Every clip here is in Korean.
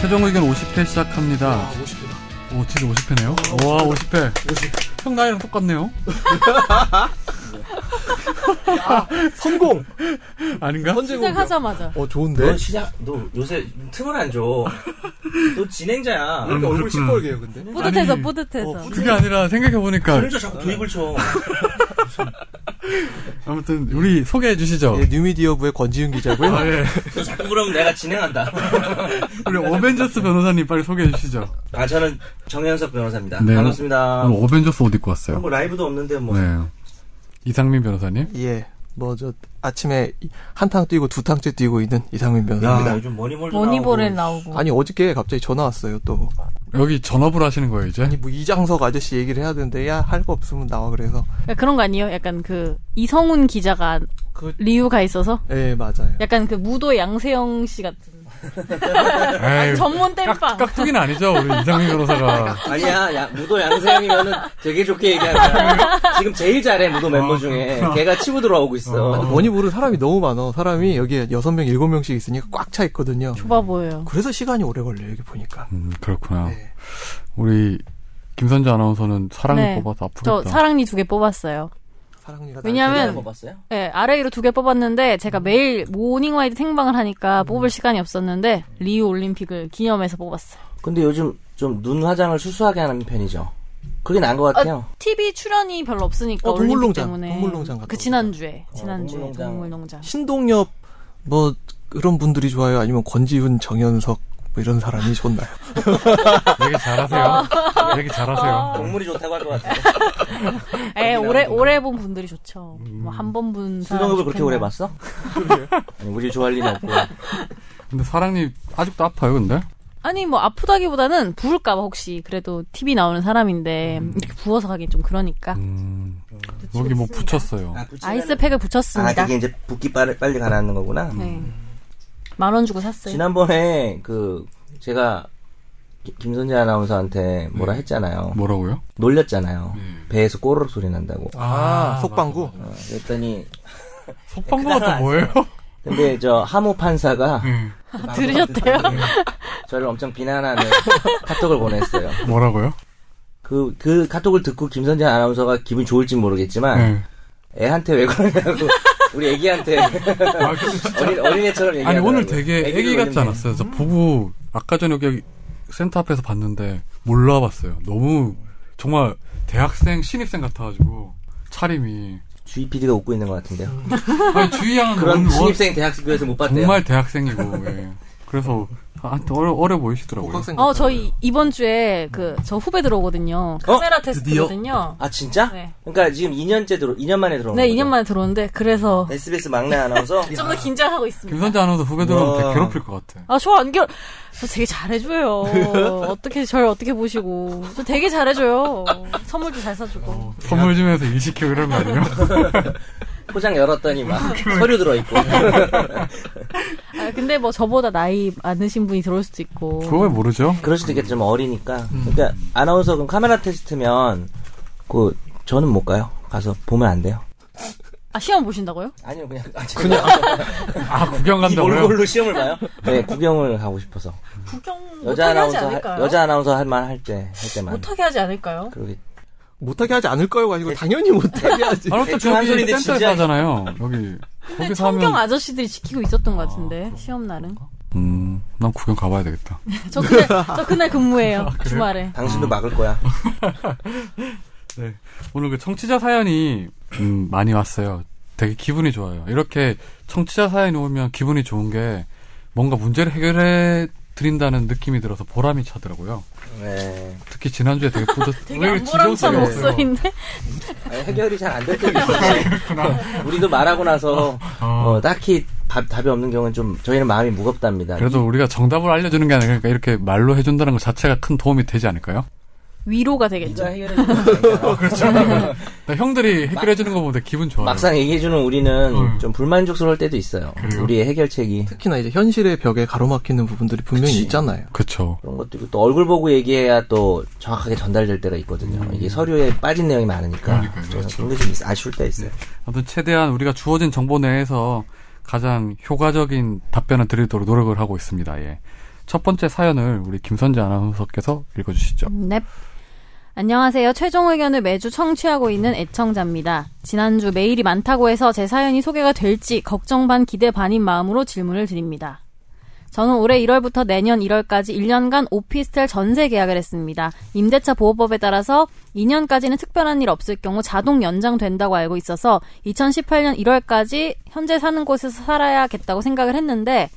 최종 의견 50회 시작합니다. 50이다. 오, 진짜 50회네요. 와, 50회. 50. 형 나이랑 똑같네요. 네. 성공! 아닌가? 시작하자마자. 어, 너 좋은데? 시작, 너 요새 틈을 안 줘. 너 진행자야. 이렇게 음, 얼굴 그렇구나. 시뻘게 해요, 근데? 뿌듯해서, 아니, 뿌듯해서. 어, 그게 아니라 생각해보니까. 그러니까 혼자 자꾸 도입을 쳐. 아무튼, 우리 소개해주시죠. 예, 뉴미디어부의 권지윤 기자고요. 아, 예. 너 자꾸 그러면 내가 진행한다. 우리 어벤져스 변호사님 빨리 소개해주시죠. 아, 저는 정현석 변호사입니다. 네. 반갑습니다. 오늘 어벤져스 옷 입고 뭐 왔어요. 라이브도 없는데 뭐. 네. 이상민 변호사님. 예. 뭐, 저, 아침에 한탕 뛰고 두탕째 뛰고 있는 이상민 야, 변호사입니다. 요즘 머니볼도 머니볼에 나오고. 나오고. 아니, 어저께 갑자기 전화 왔어요, 또. 여기 전업을 하시는 거예요, 이제? 아니, 뭐, 이장석 아저씨 얘기를 해야 되는데, 야, 할 거 없으면 나와, 그래서. 그러니까 그런 거 아니에요? 약간 그, 이성훈 기자가 그, 리우가 있어서? 예, 맞아요. 약간 그 무도 양세형 씨 같은. 에이, 전문 땜빵. 깍두기는 아니죠, 우리 이상민 변호사가. 아니야, 야, 무도 양세형이면은 되게 좋게 얘기하는 거야. 지금 제일 잘해, 무도 멤버 중에. 걔가 치고 들어오고 있어. 머니볼은 사람이 너무 많아. 사람이 여기 여섯 명 일곱 명씩 있으니까 꽉 차 있거든요. 좁아 보여요. 그래서 시간이 오래 걸려요, 여기 보니까. 음, 그렇구나. 네. 우리 김선재 아나운서는 사랑을 네. 뽑아서 아프겠다. 저 사랑니 두 개 뽑았어요. 사랑니가 왜냐면- 먹봤어요뭐 예, 아래위로 두 개 뽑았는데 제가 매일 모닝와이드 생방을 음. 하니까 뽑을 시간이 없었는데 리우 올림픽을 기념해서 뽑았어요. 근데 요즘 좀 눈 화장을 수수하게 하는 편이죠. 그게 나은 것 같아요. TV 출연이 별로 없으니까 어, 올림픽 동물농장, 때문에. 동물농장 갔다 그 오자. 지난주에 지난주에 어, 동물농장. 동물농장. 신동엽 뭐 그런 분들이 좋아요? 아니면 권지훈, 정현석 뭐 이런 사람이 좋나요? 얘기 잘하세요. 얘기 아, 잘하세요. 동물이 좋다고 할 것 같아요. 아, 에 나온 예, 오래 동물. 오래 본 분들이 좋죠. 뭐 한 번 본 사람. 신동엽을 그렇게 좋겠나. 오래 봤어? 아니, 우리 좋아할 리는 없고. 근데 사랑니 아직도 아파요, 근데? 아니 뭐 아프다기보다는 부을까봐 혹시 그래도 TV 나오는 사람인데 음. 이렇게 부어서 가긴 좀 그러니까 음, 여기 뭐 붙였어요. 아이스팩을 붙였습니다. 아, 그게 이제 붓기 빨리, 빨리 가라앉는 거구나. 네. 만 원 주고 샀어요. 음. 지난번에 그 제가 기- 김선재 아나운서한테 음. 뭐라 했잖아요. 뭐라고요? 놀렸잖아요. 음. 배에서 꼬르륵 소리 난다고. 아, 속방구. 어, 그랬더니 속방구가 또 뭐예요? 근데 저 하모 판사가 음. 아, 들으셨대요? 저를 엄청 비난하는 카톡을 보냈어요. 뭐라고요? 그, 그 카톡을 듣고 김선재 아나운서가 기분 좋을지 모르겠지만 네. 애한테 왜 그러냐고 우리 애기한테 아, 근데 진짜- 어린, 어린애처럼 얘기하더라고요. 아니, 오늘 되게 애기 같지 올렸네. 않았어요? 저 보고, 아까 전에 여기 센터 앞에서 봤는데, 몰라봤어요. 너무, 정말, 대학생, 신입생 같아가지고, 차림이. 주희 PD가 웃고 있는 것 같은데요. 아니, 주의양은 그런 음. 원- 원- 신입생 대학교에서 못 봤대요. 정말 대학생이고, 예. 그래서, 아, 어려, 어려 보이시더라고요. 복학생 어, 같아요. 저희 이번 주에 그 저 후배 들어오거든요. 카메라 테스트거든요. 아 진짜? 네. 그러니까 지금 2년째 들어 2년 만에 들어온 네, 거죠? 2년 만에 들어오는데 그래서 SBS 막내 네. 아나운서 그 좀 더 긴장하고 있습니다. 김선재 아나운서 후배들은 되게 와. 괴롭힐 것 같아. 아, 저 안결 저 되게 잘해줘요. 어떻게 저를 어떻게 보시고 저 되게 잘해줘요. 선물도 잘 사주고. 선물 주면서 일 시키고 이런 거 아니에요? 포장 열었더니 막 서류 들어 있고. 아, 근데 뭐 저보다 나이 많으신 분이 들어올 수도 있고. 그걸 모르죠? 그럴 수도 있겠죠. 좀 어리니까. 그러니까 아나운서 그럼 카메라 테스트면 그 저는 못 가요. 가서 보면 안 돼요. 아, 시험 보신다고요? 아니요 그냥 아, 그냥 아, 구경 이 간다고요? 몰골로 시험을 봐요? 네 구경을 가고 싶어서 구경 여자 아나운서 할- 여자 아나운서 할 만 할 때 할 때만 못하게 하지 않을까요? 그러게 못하게 하지 않을 거예요. 아니고 당연히 못하게 하지. 아니, 대충 어차피 한 여기 네, 소리인데 센터에서 진지하게. 하잖아요. 여기. 근데 거기서 하면. 청경 아- 아저씨들이 지키고 있었던 것 같은데 시험 날은. 음, 난 구경 가봐야 되겠다. 저 그날 저 그날 근무해요 아, 주말에. 당신도 막을 거야. 네. 오늘 그 청취자 사연이, 음, 많이 왔어요. 되게 기분이 좋아요. 이렇게 청취자 사연이 오면 기분이 좋은 게 뭔가 문제를 해결해 드린다는 느낌이 들어서 보람이 차더라고요. 네 특히 지난주에 되게 뿌듯, 되게 안 보람찬 목소리인데 아니, 해결이 잘 안 될 때도 있어요. 우리도 말하고 나서 어, 딱히 답, 답이 없는 경우는 좀 저희는 마음이 무겁답니다. 그래도 우리가 정답을 알려주는 게 아니라 그러니까 이렇게 말로 해준다는 것 자체가 큰 도움이 되지 않을까요? 위로가 네가 되겠죠. 해결해 주는 거 아니잖아. 나 그러니까 형들이 해결해 주는 거 보면 되게 기분 좋아요. 막상 얘기해주는 우리는 음. 좀 불만족스러울 때도 있어요. 그래요? 우리의 해결책이 특히나 이제 현실의 벽에 가로막히는 부분들이 분명히 그치. 있잖아요. 그쵸. 그런 것도 있고 또 얼굴 보고 얘기해야 또 정확하게 전달될 때가 있거든요. 이게 서류에 빠진 내용이 많으니까 음. 그러니까요. 그렇죠. 네. 그래서 그런 게 좀 있- 아쉬울 때 있어요. 아무튼 최대한 우리가 주어진 정보 내에서 가장 효과적인 답변을 드리도록 노력을 하고 있습니다. 예. 첫 번째 사연을 우리 김선재 아나운서께서 읽어주시죠. 넵. 안녕하세요. 최종 의견을 매주 청취하고 있는 애청자입니다. 지난주 메일이 많다고 해서 제 사연이 소개가 될지 걱정 반 기대 반인 마음으로 질문을 드립니다. 저는 올해 1월부터 내년 1월까지 1년간 오피스텔 전세 계약을 했습니다. 임대차 보호법에 따라서 2년까지는 특별한 일 없을 경우 자동 연장된다고 알고 있어서 2018년 1월까지 현재 사는 곳에서 살아야겠다고 생각을 했는데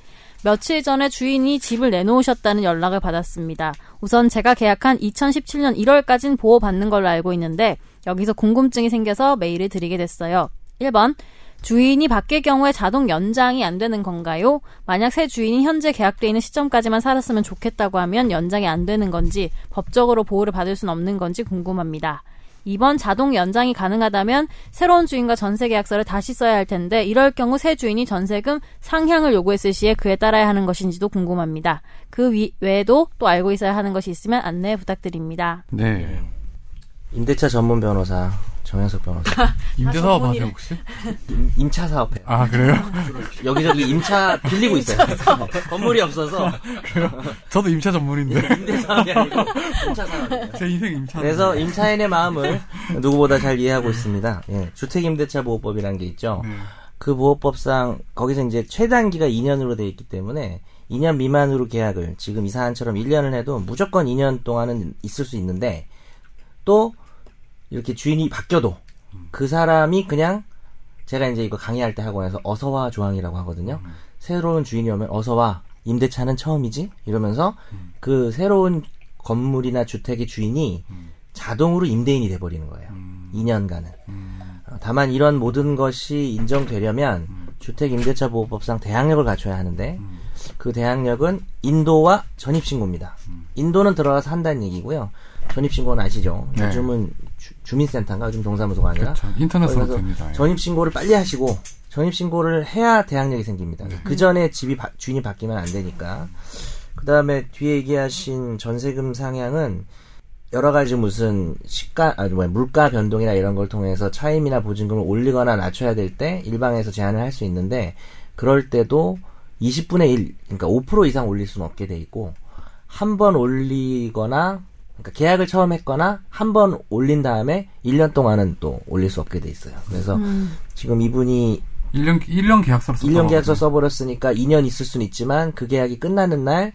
며칠 전에 주인이 집을 내놓으셨다는 연락을 받았습니다. 우선 제가 계약한 2017년 1월까지는 보호받는 걸로 알고 있는데 여기서 궁금증이 생겨서 메일을 드리게 됐어요. 1번 주인이 바뀔 경우에 자동 연장이 안 되는 건가요? 만약 새 주인이 현재 계약돼 있는 시점까지만 살았으면 좋겠다고 하면 연장이 안 되는 건지 법적으로 보호를 받을 순 없는 건지 궁금합니다. 2번 자동 연장이 가능하다면 새로운 주인과 전세 계약서를 다시 써야 할 텐데 이럴 경우 새 주인이 전세금 상향을 요구했을 시에 그에 따라야 하는 것인지도 궁금합니다. 그 위- 외에도 또 알고 있어야 하는 것이 있으면 안내 부탁드립니다. 네. 임대차 전문 변호사 정현석 변호사. 임대사업 하세요 아, 전문이래. 혹시? 임- 임차 사업해. 요 아 그래요? 여기저기 임차 빌리고 있어요. 건물이 없어서 저도 임차 전문인데 임대 사업이 아니고 임차 사업. 네. 제 인생 임차. 그래서 임차인의 마음을 누구보다 잘 이해하고 있습니다. 예, 주택임대차보호법이라는 게 있죠. 그 보호법상 거기서 이제 최단기가 2년으로 돼 있기 때문에 2년 미만으로 계약을 지금 이 사안처럼 1년을 해도 무조건 2년 동안은 있을 수 있는데 또 이렇게 주인이 바뀌어도 그 사람이 그냥 제가 이제 이거 강의할 때 학원에서 어서와 조항이라고 하거든요. 새로운 주인이 오면 어서와 임대차는 처음이지 이러면서 그 새로운 건물이나 주택의 주인이 자동으로 임대인이 돼버리는 거예요. 2년간은. 어, 다만 이런 모든 것이 인정되려면 주택임대차보호법상 대항력을 갖춰야 하는데 그 대항력은 인도와 전입신고입니다. 인도는 들어가서 한다는 얘기고요. 전입신고는 아시죠? 네. 요즘은 주, 민센터인가 요즘 동사무소가 아니라 그렇죠. 인터넷으로 그래서 됩니다. 예. 전입 신고를 빨리 하시고 전입 신고를 해야 대항력이 생깁니다. 네. 그 전에 집이 바- 주인이 바뀌면 안 되니까. 그 다음에 뒤에 얘기하신 전세금 상향은 여러 가지 무슨 시가 아니 뭐야 물가 변동이나 이런 걸 통해서 차임이나 보증금을 올리거나 낮춰야 될 때 일방에서 제한을 할 수 있는데 그럴 때도 20분의 1 그러니까 5% 이상 올릴 수는 없게 돼 있고 한 번 올리거나 그러니까 계약을 처음 했거나 한 번 올린 다음에 1년 동안은 또 올릴 수 없게 돼 있어요. 그래서 지금 이분이 1년 1년 계약서로 썼던 1년 계약서 거거든요. 써버렸으니까 2년 있을 수는 있지만 그 계약이 끝나는 날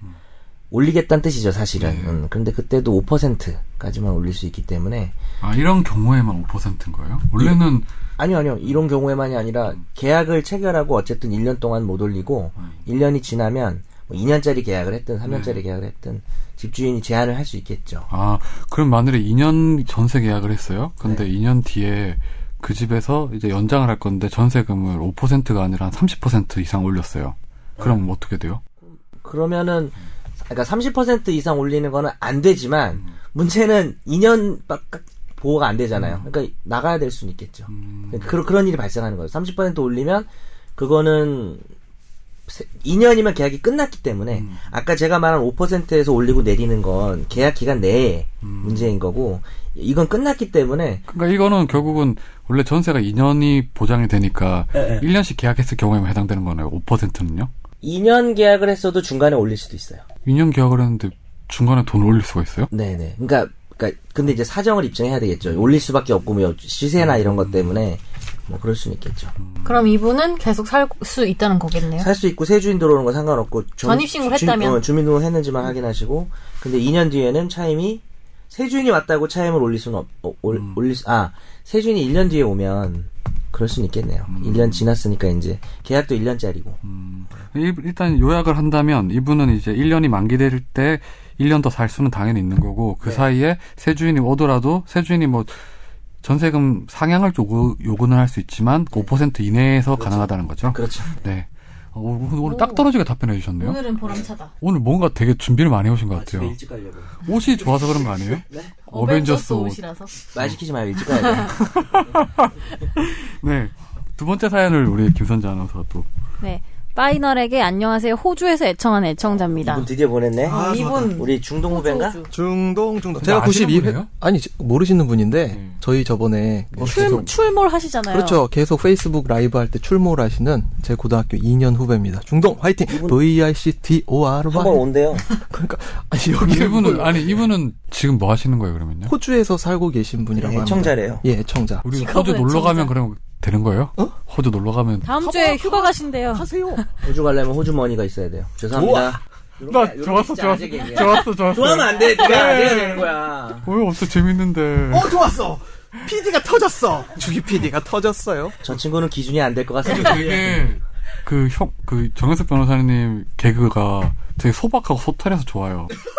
올리겠다는 뜻이죠, 사실은. 음, 그런데 그때도 5%까지만 올릴 수 있기 때문에 아 이런 경우에만 5%인 거예요? 원래는 아니요, 아니요. 이런 경우에만이 아니라 계약을 체결하고 어쨌든 1년 동안 못 올리고 1년이 지나면 뭐 2년짜리 계약을 했든 3년짜리 계약을 했든 집주인이 제한을 할 수 있겠죠. 아 그럼 만일에 2년 전세 계약을 했어요. 근데 2년 뒤에 그 집에서 이제 연장을 할 건데 전세금을 5%가 아니라 한 30% 이상 올렸어요. 그럼 어떻게 돼요? 그러면은 그러니까 30% 이상 올리는 거는 안 되지만 문제는 2년 밖 보호가 안 되잖아요. 그러니까 나가야 될 수는 있겠죠. 그, 그런 일이 발생하는 거예요. 30% 올리면 그거는 2년이면 계약이 끝났기 때문에 아까 제가 말한 5%에서 올리고 내리는 건 계약 기간 내에 문제인 거고 이건 끝났기 때문에 그러니까 이거는 결국은 원래 전세가 2년이 보장이 되니까 예, 1년씩 계약했을 경우에만 해당되는 거네요. 5%는요? 2년 계약을 했어도 중간에 올릴 수도 있어요. 2년 계약을 했는데 중간에 돈을 올릴 수가 있어요? 네네. 그러니까, 그러니까 근데 이제 사정을 입증해야 되겠죠. 올릴 수밖에 없고 뭐 시세나 이런 것 때문에 뭐 그럴 수는 있겠죠. 그럼 이분은 계속 살 수 있다는 거겠네요. 살 수 있고 새 주인 들어오는 건 상관없고 전- 전입신고를 주- 주- 했다면? 어, 주민등록 했는지만 확인하시고 근데 2년 뒤에는 차임이 새 주인이 왔다고 차임을 올릴 수는 없, 어, 올, 올릴 수, 아, 새 주인이 1년 뒤에 오면 그럴 수는 있겠네요. 1년 지났으니까 이제 계약도 1년짜리고. 이- 일단 요약을 한다면 이분은 이제 1년이 만기될 때 1년 더 살 수는 당연히 있는 거고 그 사이에 새 주인이 오더라도 새 주인이 뭐 전세금 상향을 요구, 요구는 할 수 있지만 5% 이내에서 가능하다는 거죠. 그렇죠. 네. 어, 오늘, 오늘 딱 떨어지게 답변해 주셨네요. 오늘... 오늘은 보람차다. 뭔가 되게 준비를 많이 오신 것 같아요. 네. 가려고. 옷이 좋아서 그런 거 아니에요? 어벤져스 옷. 옷이라서. 말 시키지 마요. 일찍 가야 돼. 네. 두 번째 사연을 우리 김선재 아나운서가 또 네. 파이널에게 안녕하세요 호주에서 애청한 애청자입니다. 이분 드디어 보냈네. 아, 음. 이분 우리 중동 후배인가? 호주, 호주. 중동 중동. 제가 아시는 92회 분이에요? 아니 저- 모르시는 분인데 음. 저희 저번에 뭐 출, 출몰 하시잖아요. 그렇죠. 계속 페이스북 라이브 할 때 출몰하시는 제 고등학교 2년 후배입니다. 중동 화이팅. V I C D O R 한 번 Y. 온대요. 그러니까 아니 여기 이분은 아니 이분은 지금 뭐 하시는 거예요 그러면요? 호주에서 살고 계신 분이라고 합니다. 애청자래요. 예, 애청자. 우리 직업을 호주 놀러 가면 진짜. 그럼 되는 거예요? 어? 호주 놀러 가면 다음 주에 휴가 가신대요. 하세요. 호주 가려면 호주 머니가 있어야 돼요. 죄송합니다. 나 좋았어 좋았어 좋았어 좋았어 좋아하면 안 돼. 네가 내가 되는 거야. 왜 없어 재밌는데 어 좋았어. PD가 터졌어. 주기 PD가 터졌어요. 저 친구는 기준이 안 될 것 같습니다. 되게 그 형, 그 정현석 변호사님 개그가 되게 소박하고 소탈해서 좋아요.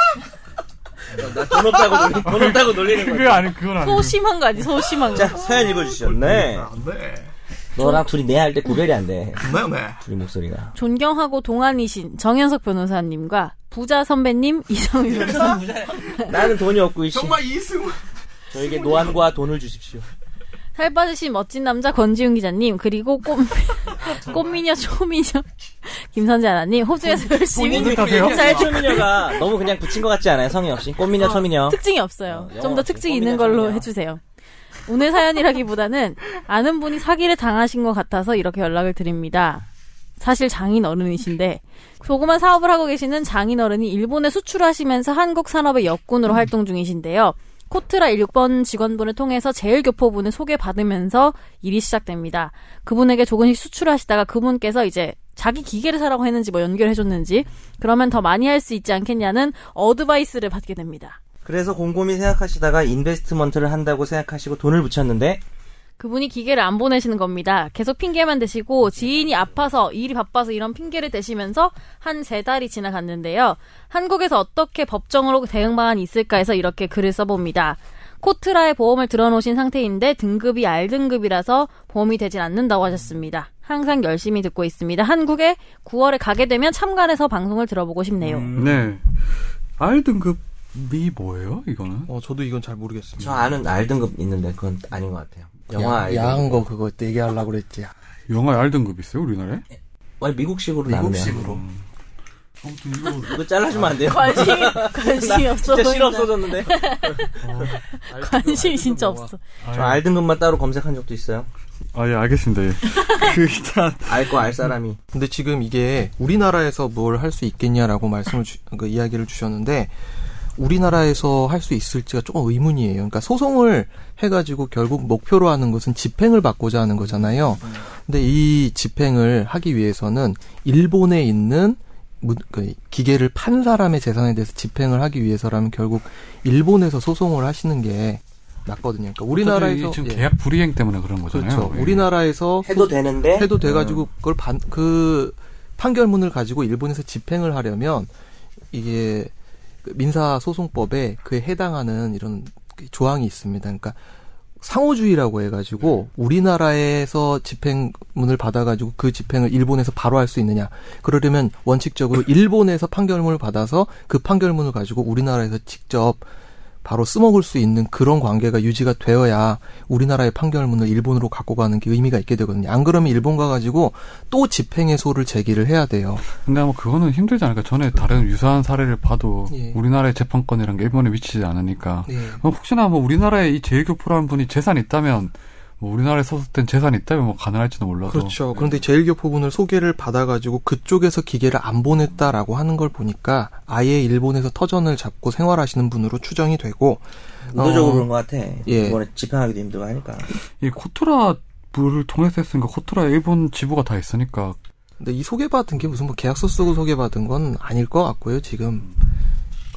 돈 없다고 놀리, 돈 없다고 놀리는 그게 거야. 아니 그건 아니고. 소심한 거 아니 소심한 거. 자 사연 읽어주시죠. 네. 너랑 둘이 내 할 때 구별이 안 돼. 네네. 둘이 목소리가. 존경하고 동안이신 정현석 변호사님과 부자 선배님 이성윤 변호사 나는 돈이 없고 이씨. 아, 이승우. 저에게 노안과 돈을 주십시오. 살 빠지신 멋진 남자 권지훈 기자님 그리고 꽃 꽃미녀 초미녀 김선재 아나님 호주에서 열심히 본인들 탓이에요? 잘 듣- 초미녀가 그 너무 그냥 붙인 것 같지 않아요? 성이 없이 꽃미녀 초미녀. 아, 특징이 없어요. 어, 좀 영어 더 특징 없이 있는 꽃미녀 걸로 초미녀. 해주세요. 오늘 사연이라기보다는 아는 분이 사기를 당하신 것 같아서 이렇게 연락을 드립니다. 사실 장인 어른이신데 조그만 사업을 하고 계시는 장인 어른이 일본에 수출하시면서 한국 산업의 역군으로 활동 중이신데요. 코트라 16번 직원분을 통해서 제일 교포분을 소개받으면서 일이 시작됩니다. 그분에게 조금씩 수출하시다가 그분께서 이제 자기 기계를 사라고 했는지 뭐 연결해줬는지 그러면 더 많이 할 수 있지 않겠냐는 어드바이스를 받게 됩니다. 그래서 곰곰이 생각하시다가 인베스트먼트를 한다고 생각하시고 돈을 붙였는데 그분이 기계를 안 보내시는 겁니다. 계속 핑계만 대시고 지인이 아파서 일이 바빠서 이런 핑계를 대시면서 한 세 달이 지나갔는데요. 한국에서 어떻게 법정으로 대응 방안이 있을까 해서 이렇게 글을 써봅니다. 코트라의 보험을 들어놓으신 상태인데 등급이 R등급이라서 보험이 되진 않는다고 하셨습니다. 항상 열심히 듣고 있습니다. 한국에 9월에 가게 되면 참관해서 방송을 들어보고 싶네요. 음. 네. R 등급이 뭐예요? 이거는? 어 저도 이건 잘 모르겠습니다. 저 아는 R 등급 있는데 그건 아닌 것 같아요. 영화 R 야, 야한 등급. 거 그거 얘기하려고 그랬지. 영화에 R 등급 있어요 우리나라에? 아니 미국식으로 나오네요. 미국식으로. 아무튼 이거 이거 잘라주면 안 돼요? 관심 관심이 없어 진짜 싫어 보인다. 없어졌는데. 관심이 진짜 없어. 아, 예. 저 R 등급만 따로 검색한 적도 있어요. 아예 알겠습니다. 예. 그 일단 알거 알 사람이. 근데 지금 이게 우리나라에서 뭘 할 수 있겠냐라고 말씀을 주, 그 이야기를 주셨는데 우리나라에서 할 수 있을지가 조금 의문이에요. 그러니까 소송을 해가지고 결국 목표로 하는 것은 집행을 받고자 하는 거잖아요. 근데 이 집행을 하기 위해서는 일본에 있는 문- 그 기계를 판 사람의 재산에 대해서 집행을 하기 위해서라면 결국 일본에서 소송을 하시는 게 낫거든요. 그러니까 우리나라에서 어차피 지금 예. 계약 불이행 때문에 그런 거잖아요. 그렇죠. 예. 우리나라에서 해도 되는데. 해도 돼가지고 그걸 반, 그 판결문을 가지고 일본에서 집행을 하려면 이게 그 민사소송법에 그에 해당하는 이런 그 조항이 있습니다. 그러니까 상호주의라고 해가지고 우리나라에서 집행문을 받아가지고 그 집행을 일본에서 바로 할 수 있느냐. 그러려면 원칙적으로 일본에서 판결문을 받아서 그 판결문을 가지고 우리나라에서 직접 바로 써먹을 수 있는 그런 관계가 유지가 되어야 우리나라의 판결문을 일본으로 갖고 가는 게 의미가 있게 되거든요. 안 그러면 일본 가가지고 또 집행해소를 제기를 해야 돼요. 근데 아마 그거는 힘들지 않을까. 전에 그렇죠. 다른 유사한 사례를 봐도 예. 우리나라의 재판권이란 게 일본에 미치지 않으니까. 예. 어, 혹시나 뭐 우리나라에 이 제일교포라는 분이 재산이 있다면 뭐 우리나라에 소속된 재산이 있다면 뭐 가능할지도 몰라도 그렇죠. 그런데 제일교포분을 소개를 받아가지고 그쪽에서 기계를 안 보냈다라고 하는 걸 보니까 아예 일본에서 터전을 잡고 생활하시는 분으로 추정이 되고 의도적으로 어, 그런 것 같아. 예. 이번에 집행하기도 힘들고 하니까. 이 코트라 부를 통해서 했으니까 그러니까 코트라 일본 지부가 다 있으니까 근데 이 소개받은 게 무슨 뭐 계약서 쓰고 소개받은 건 아닐 것 같고요, 지금.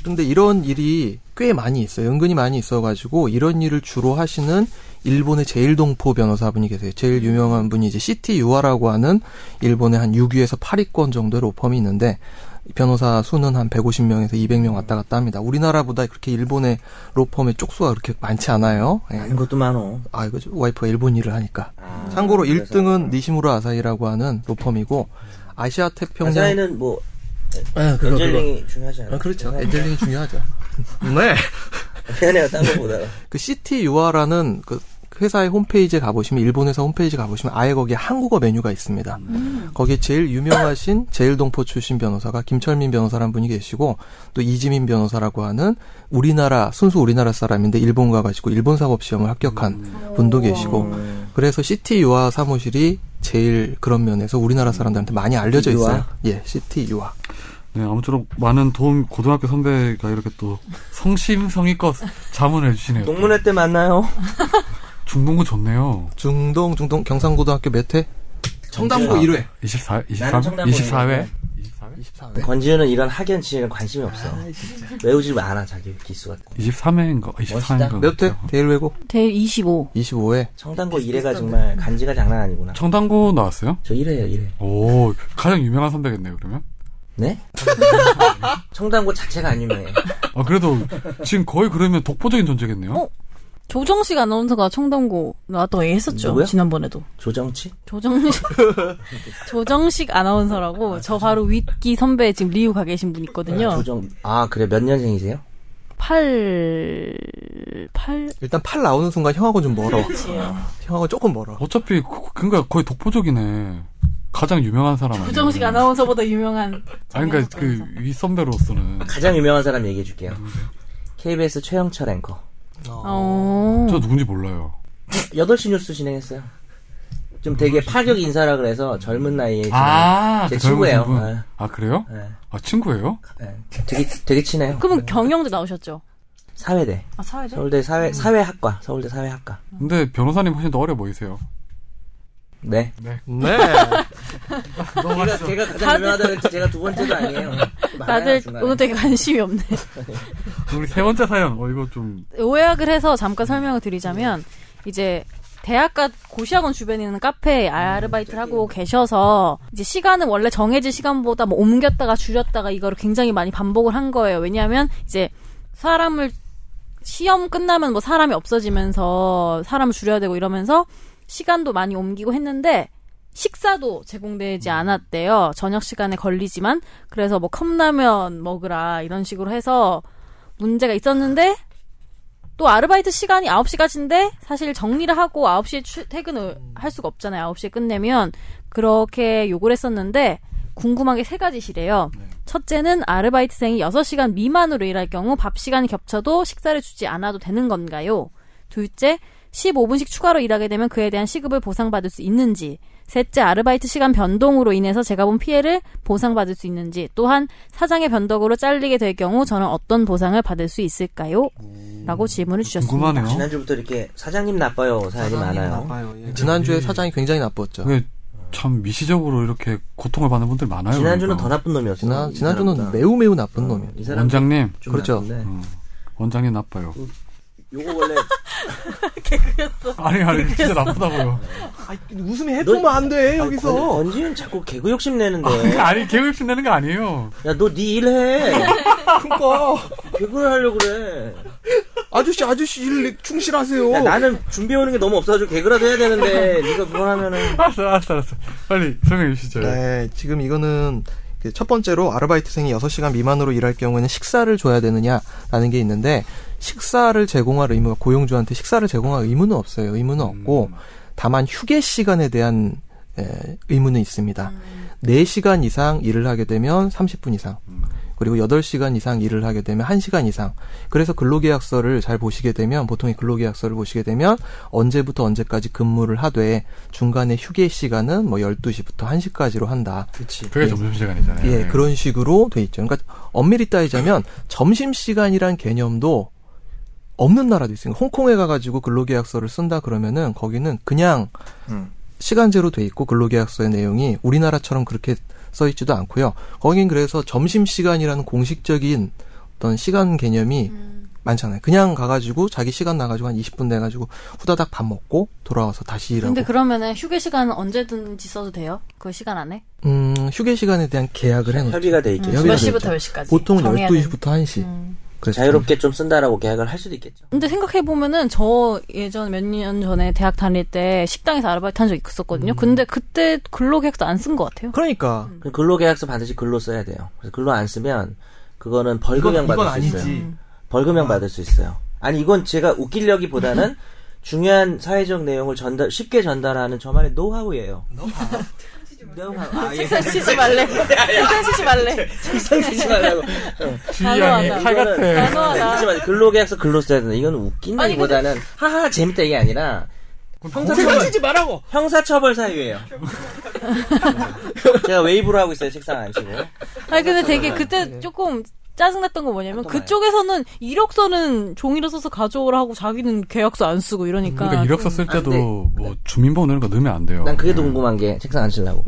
그런데 이런 일이 꽤 많이 있어요. 은근히 많이 있어가지고 이런 일을 주로 하시는 일본의 제일동포 변호사분이 계세요. 제일 유명한 분이 이제 시티 유아라고 하는 일본의 한 6위에서 8위권 정도의 로펌이 있는데 변호사 수는 한 150명에서 200명 왔다 갔다 합니다. 우리나라보다 그렇게 일본의 로펌의 쪽수가 그렇게 많지 않아요. 예. 아는 것도 많어. 아, 이거 와이프가 일본 일을 하니까. 아, 참고로 그래서. 1등은 니시무라 아사히라고 하는 로펌이고 아시아 태평양 아사히는 뭐 아, 그거, 그거. 엔젤링이 중요하지 않아요. 아, 그렇죠. 죄송합니다. 엔젤링이 중요하죠. 네. 예. 미안해요. 딴거 보다가. 그 시티 유아라는 그 회사의 홈페이지에 가보시면 일본 회사 홈페이지 가보시면 아예 거기에 한국어 메뉴가 있습니다. 거기에 제일 유명하신 제일동포 출신 변호사가 김철민 변호사라는 분이 계시고 또 이지민 변호사라고 하는 우리나라 순수 우리나라 사람인데 일본 가가지고 일본 사법 시험을 합격한 분도 계시고 그래서 시티 유아 사무실이 제일 그런 면에서 우리나라 사람들한테 많이 알려져 유아? 있어요. 예, 시티 유아. 네, 아무쪼록 많은 도움, 고등학교 선배가 이렇게 또 성심성의껏 자문을 해주시네요. 또. 동문회 때 만나요. 중동구 좋네요. 중동 중동 경상고등학교 몇 회? 청담고 네. 1회. 24, 23, 나는 청담 24회? 24회. 권지윤은 이런 학연 지에는 관심이 없어. 아, 외우질 않아 자기 기수가. 23회인가? 24회인가? 몇 그렇죠. 회? 대일 외고? 대일 25. 25회. 청담고 1회가 정말 간지가 장난 아니구나. 청담고 나왔어요? 저 1회예요 1회. 오, 가장 유명한 선배겠네요, 그러면? 네? 청담고 자체가 안 유명해. 아, 그래도 지금 거의 그러면 독보적인 존재겠네요? 어? 조정식 아나운서가 청담고 나왔다고 얘기했었죠. 누구요? 지난번에도. 조정치? 조정식, 조정식 아나운서라고 저 바로 윗기 선배 지금 리우 가 계신 분 있거든요. 조정. 아 그래 몇 년생이세요? 8, 8, 일단 팔 나오는 순간 형하고 좀 멀어. 형하고 조금 멀어. 어차피, 그- 그니까 거의 독보적이네. 가장 유명한 사람 아니에요? 조정식 아나운서보다 유명한. 아니, 그니까 그, 윗선배로서는. 가장 유명한 사람 얘기해 줄게요. KBS 최영철 앵커. 어. 저 누군지 몰라요. 8시 뉴스 진행했어요. 좀 되게 파격 인사라 그래서 젊은 나이에 지금 아, 제 그 젊은 친구예요. 분. 네. 아, 그래요? 네, 아, 친구예요? 네. 되게 되게 친해요. 그럼 경영도 나오셨죠? 사회대 아, 사회대? 서울대 사회 사회학과 서울대 사회학과. 근데 변호사님 훨씬 더 어려 보이세요. 네. 네. 제가, 제가 가장 유명하다는 제가 두 번째도 아니에요. 다들 오늘 되게 관심이 없네. 우리 세 번째 사연, 어, 이거 좀. 요약을 해서 잠깐 설명을 드리자면 이제 대학과 고시학원 주변에 있는 카페에 아르바이트를 하고 계셔서 이제 시간은 원래 정해진 시간보다 뭐 옮겼다가 줄였다가 이거를 굉장히 많이 반복을 한 거예요. 왜냐하면 이제 사람을 시험 끝나면 뭐 사람이 없어지면서 사람을 줄여야 되고 이러면서 시간도 많이 옮기고 했는데 식사도 제공되지 않았대요. 저녁 시간에 걸리지만 그래서 뭐 컵라면 먹으라 이런 식으로 해서 문제가 있었는데 또 아르바이트 시간이 9시까지인데 사실 정리를 하고 9시에 출- 퇴근을 할 수가 없잖아요. 9시에 끝내면 그렇게 요구를 했었는데 궁금한 게 세 가지시래요. 네. 첫째는 아르바이트생이 6시간 미만으로 일할 경우 밥 시간이 겹쳐도 식사를 주지 않아도 되는 건가요? 둘째, 15분씩 추가로 일하게 되면 그에 대한 시급을 보상받을 수 있는지. 셋째, 아르바이트 시간 변동으로 인해서 제가 본 피해를 보상받을 수 있는지. 또한 사장의 변덕으로 잘리게 될 경우 저는 어떤 보상을 받을 수 있을까요? 라고 질문을 음, 주셨습니다. 궁금하네요. 지난주부터 이렇게 사장님 나빠요 사연이 많아요. 음. 지난주에 사장이 굉장히 나빴죠. 그게 참 미시적으로 이렇게 고통을 받는 분들 많아요. 지난주는 더 그러니까. 나쁜 놈이었어. 지난 지난주는 매우 매우 음. 나쁜 놈이에요. 이 사람 원장님, 좀 그렇죠. 나쁜데. 원장님 나빠요. 음. 요거 원래 아니, 아니, 진짜 나쁘다고요. 웃음이 해프면 안 돼, 권지윤 자꾸 개그 욕심 내는데. 아니, 개그욕심 내는 거 아니에요. 야, 너 네 일해. 그러니까. 개그를 하려고 그래. 아저씨, 아저씨 일 충실하세요. 야, 나는 준비해오는 게 너무 없어가지고 개그라도 해야 되는데, 네가 그걸 하면은. 알았어, 알았어, 알았어. 빨리 설명해 주시죠. 네, 지금 이거는 그첫 번째로 아르바이트생이 6시간 미만으로 일할 경우에는 식사를 줘야 되느냐라는 게 있는데 식사를 제공할 의무가 고용주한테 식사를 제공할 의무는 없어요. 의무는 없고 다만 휴게 시간에 대한 에, 의무는 있습니다. 4시간 이상 일을 하게 되면 30분 이상 그리고 8시간 이상 일을 하게 되면 1시간 이상. 그래서 근로계약서를 잘 보시게 되면, 보통의 근로계약서를 보시게 되면, 언제부터 언제까지 근무를 하되, 중간에 휴게 시간은 뭐 12시부터 1시까지로 한다. 그치. 그게 점심시간이잖아요. 예, 그런 식으로 돼 있죠. 그러니까, 엄밀히 따지자면, 점심시간이란 개념도 없는 나라도 있어요. 홍콩에 가가지고 근로계약서를 쓴다 그러면은, 거기는 그냥, 시간제로 돼 있고 근로계약서의 내용이 우리나라처럼 그렇게 써 있지도 않고요. 거긴 그래서 점심 시간이라는 공식적인 어떤 시간 개념이 음. 많잖아요. 그냥 가가지고 자기 시간 나가지고 한 20분 돼가지고 후다닥 밥 먹고 돌아와서 다시 일하고. 근데 그러면은 휴게 시간은 언제든지 써도 돼요? 그 시간 안에? 음 휴게 시간에 대한 계약을 해놓죠. 협의가 돼 있겠지. 음. 몇 여기가 시부터 되죠. 몇 시까지? 보통 정해야 12시부터 1시. 음. 그래서 자유롭게 좀 쓴다라고 계약을 할 수도 있겠죠. 근데 생각해보면은 저 예전 몇 년 전에 대학 다닐 때 식당에서 아르바이트 한 적 있었거든요. 근데 그때 근로계약서 안 쓴 것 같아요. 좀- 그러니까 그럼 근로계약서 반드시 글로 써야 돼요. 그래서 글로 안 쓰면, 그거는 음. 아. 벌금형 받을 수 있어요. 벌금형 받을 수 있어요. 아니, 이건 제가 웃기려기보다는 중요한 사회적 내용을 전달 쉽게 전달하는 저만의 노하우예요. 노하우. 아, 예. 책상 치지 말래. 책상 치지 말래. 책상 치지 말라고. 주의양이 단호하다. 칼 같아. 그러니까 단호하다. 하지만 근로계약서 글로 써야 된다. 이건 웃긴다기보다는 하하 재밌다 이게 아니라 평소처럼 말라고. 형사처벌 사유예요. 제가 웨이브로 하고 있어요. 책상 안 치고. 아니 근데 되게 그때 조금 짜증났던 거 뭐냐면 어떤 거예요? 그쪽에서는 이력서는 종이로 써서 가져오라 하고 자기는 계약서 안 쓰고 이러니까 그러니까 이력서 쓸 안 돼. 때도 뭐 주민번호 이런 거 넣으면 안 돼요. 난 그게 더 예. 궁금한 게 책상 안 치려고.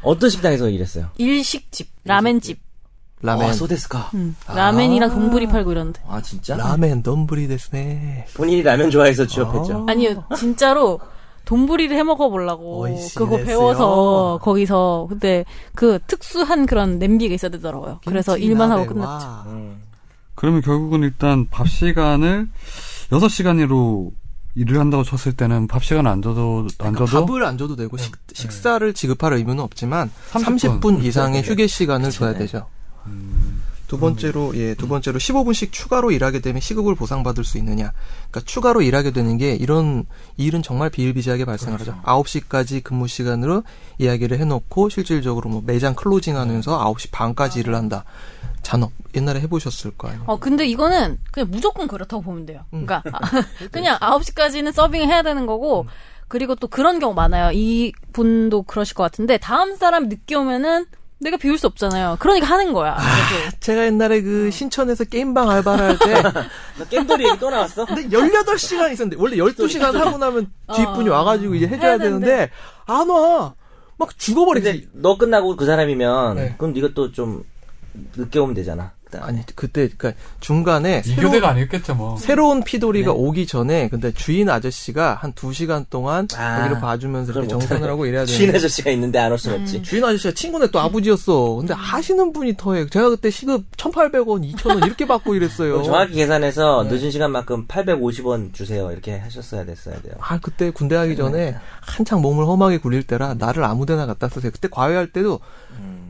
어떤 식당에서 일했어요? 일식집, 라멘집, 라멘. 아, 소데스카. 음, 라멘이랑 동부리 팔고 이러는데. 아 진짜? 라멘 덤브리 데스네. 본인이 라면 좋아해서 취업했죠. 아니요, 진짜로 돈부리를 해 어. 먹어보려고 오이시네스요. 그거 배워서 거기서 근데 그 특수한 그런 냄비가 있어야 되더라고요. 그래서 일만 하고 끝났죠. 아. 음. 그러면 결국은 일단 밥 시간을 6시간으로 일을 한다고 쳤을 때는 밥 시간 안 줘도, 안 그러니까 줘도 밥을 안 줘도 되고 식, 식사를 지급할 의무는 없지만 30분. 30분, 그렇죠. 이상의 휴게 시간을 줘야 네. 되죠. 음. 두 번째로 예, 두 번째로 15분씩 추가로 일하게 되면 시급을 보상받을 수 있느냐. 그러니까 추가로 일하게 되는 게 이런 일은 정말 비일비재하게 발생하죠. 아 9시까지 근무 시간으로 이야기를 해 놓고 실질적으로 뭐 매장 클로징 하면서 9시 반까지 일을 한다. 잔업 옛날에 해 보셨을 거 아니에요. 어, 근데 이거는 그냥 무조건 그렇다고 보면 돼요. 그러니까 아, 그냥 9시까지는 서빙을 해야 되는 거고 그리고 또 그런 경우 많아요. 이 분도 그러실 것 같은데 다음 사람 늦게 오면은 내가 비울 수 없잖아요. 그러니까 하는 거야. 아무래도. 제가 옛날에 그 신천에서 게임방 알바를 할 때 너 겜돌이 얘기 또 나왔어? 근데 18시간 있었는데, 원래 12시간 하고 나면 뒷분이 어. 와가지고 이제 해야 해줘야 되는데, 안 와! 막 근데 죽어버리지. 너 끝나고 그 사람이면 네. 그럼 네가 또 좀 늦게 오면 되잖아. 아니, 그때, 그니까, 중간에, 이 새로, 교대가 아니었겠죠, 뭐. 새로운 피돌이가 오기 전에, 근데 주인 아저씨가 한 2시간 동안 아, 거기를 봐주면서 그럼 이렇게 정산을 어떡해. 하고 이래야 되는데. 음. 주인 아저씨가 있는데 안 올 순 없지. 주인 아저씨가 친구네 또 아버지였어. 음. 근데 하시는 분이 더해. 제가 그때 시급 1,800원, 2,000원 이렇게 받고 이랬어요. 네. 그럼 정확히 계산해서 늦은 시간만큼 850원 주세요. 이렇게 하셨어야 됐어야 돼요. 아 그때 군대 가기 전에 한창 몸을 험하게 굴릴 때라 나를 아무데나 갖다 쓰세요. 그때 과외할 때도 음.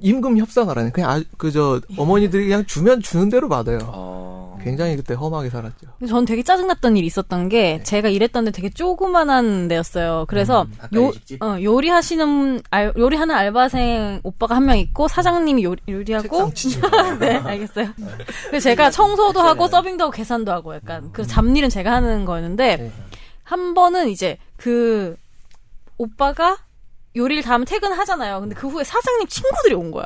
임금 협상하라니 그냥 아, 그저 어머니들이 그냥 주면 주는 대로 받아요. 굉장히 그때 험하게 살았죠. 근데 전 되게 짜증났던 일이 있었던 게 제가 일했던 데 되게 조그만한 데였어요. 그래서 아까 요, 일식집? 어, 요리하시는 알, 요리하는 알바생 오빠가 한 명 있고 사장님이 요리, 어? 요리하고 네 알겠어요. 그래서 제가 청소도 하고 서빙도 하고 계산도 하고 약간 그 잡일은 제가 하는 거였는데 네. 한 번은 이제 그 오빠가 요리를 다음 퇴근하잖아요. 근데 그 후에 사장님 친구들이 온 거야.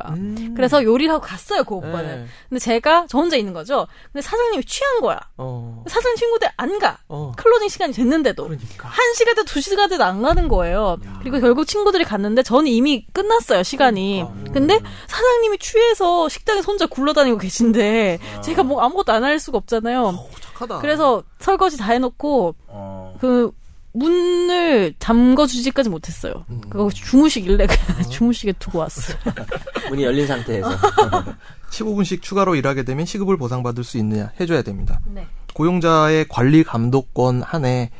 그래서 요리를 하고 갔어요 그 오빠는. 음. 네. 근데 제가 저 혼자 있는 거죠. 근데 사장님이 취한 거야. 어, 사장 친구들 안 가. 어. 클로징 시간이 됐는데도 그러니까. 한 시간도 두 시간도 안 가는 거예요. 그리고 결국 친구들이 갔는데 저는 이미 끝났어요 시간이. 근데 사장님이 취해서 식당에 혼자 굴러다니고 계신데 제가 뭐 아무것도 안 할 수가 없잖아요. 어, 착하다. 그래서 설거지 다 해놓고 어. 그 문을 잠궈주지까지 못했어요. 그거 주무시길래 그냥 주무시게 두고 왔어요. 문이 열린 상태에서. 15분씩 추가로 일하게 되면 시급을 보상받을 수 있느냐 해줘야 됩니다. 네. 고용자의 관리 감독권 한에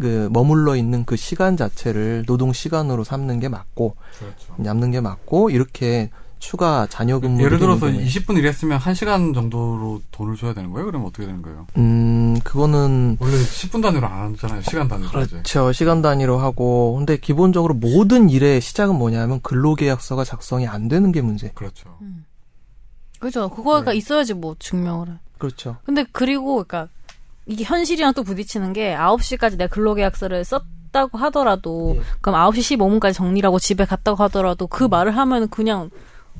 그 머물러 있는 그 시간 자체를 노동 시간으로 삼는 게 맞고 그렇죠. 남는 게 맞고 이렇게 추가 잔여 근무 네, 예를 들어서 20분 일했으면 1시간 정도로 돈을 줘야 되는 거예요? 그러면 어떻게 되는 거예요? 음 그거는 원래 10분 단위로 안 하잖아요. 시간 단위로. 이제. 그렇죠. 시간 단위로 하고. 근데 기본적으로 모든 일의 시작은 뭐냐면 근로계약서가 작성이 안 되는 게 문제. 그렇죠. 그죠. 그거가 있어야지 뭐 증명을. 해. 그렇죠. 근데 그리고 그러니까 이게 현실이랑 또 부딪히는 게 9시까지 내 근로계약서를 썼다고 하더라도 그럼 9시 15분까지 정리하고 집에 갔다고 하더라도 그 말을 하면 그냥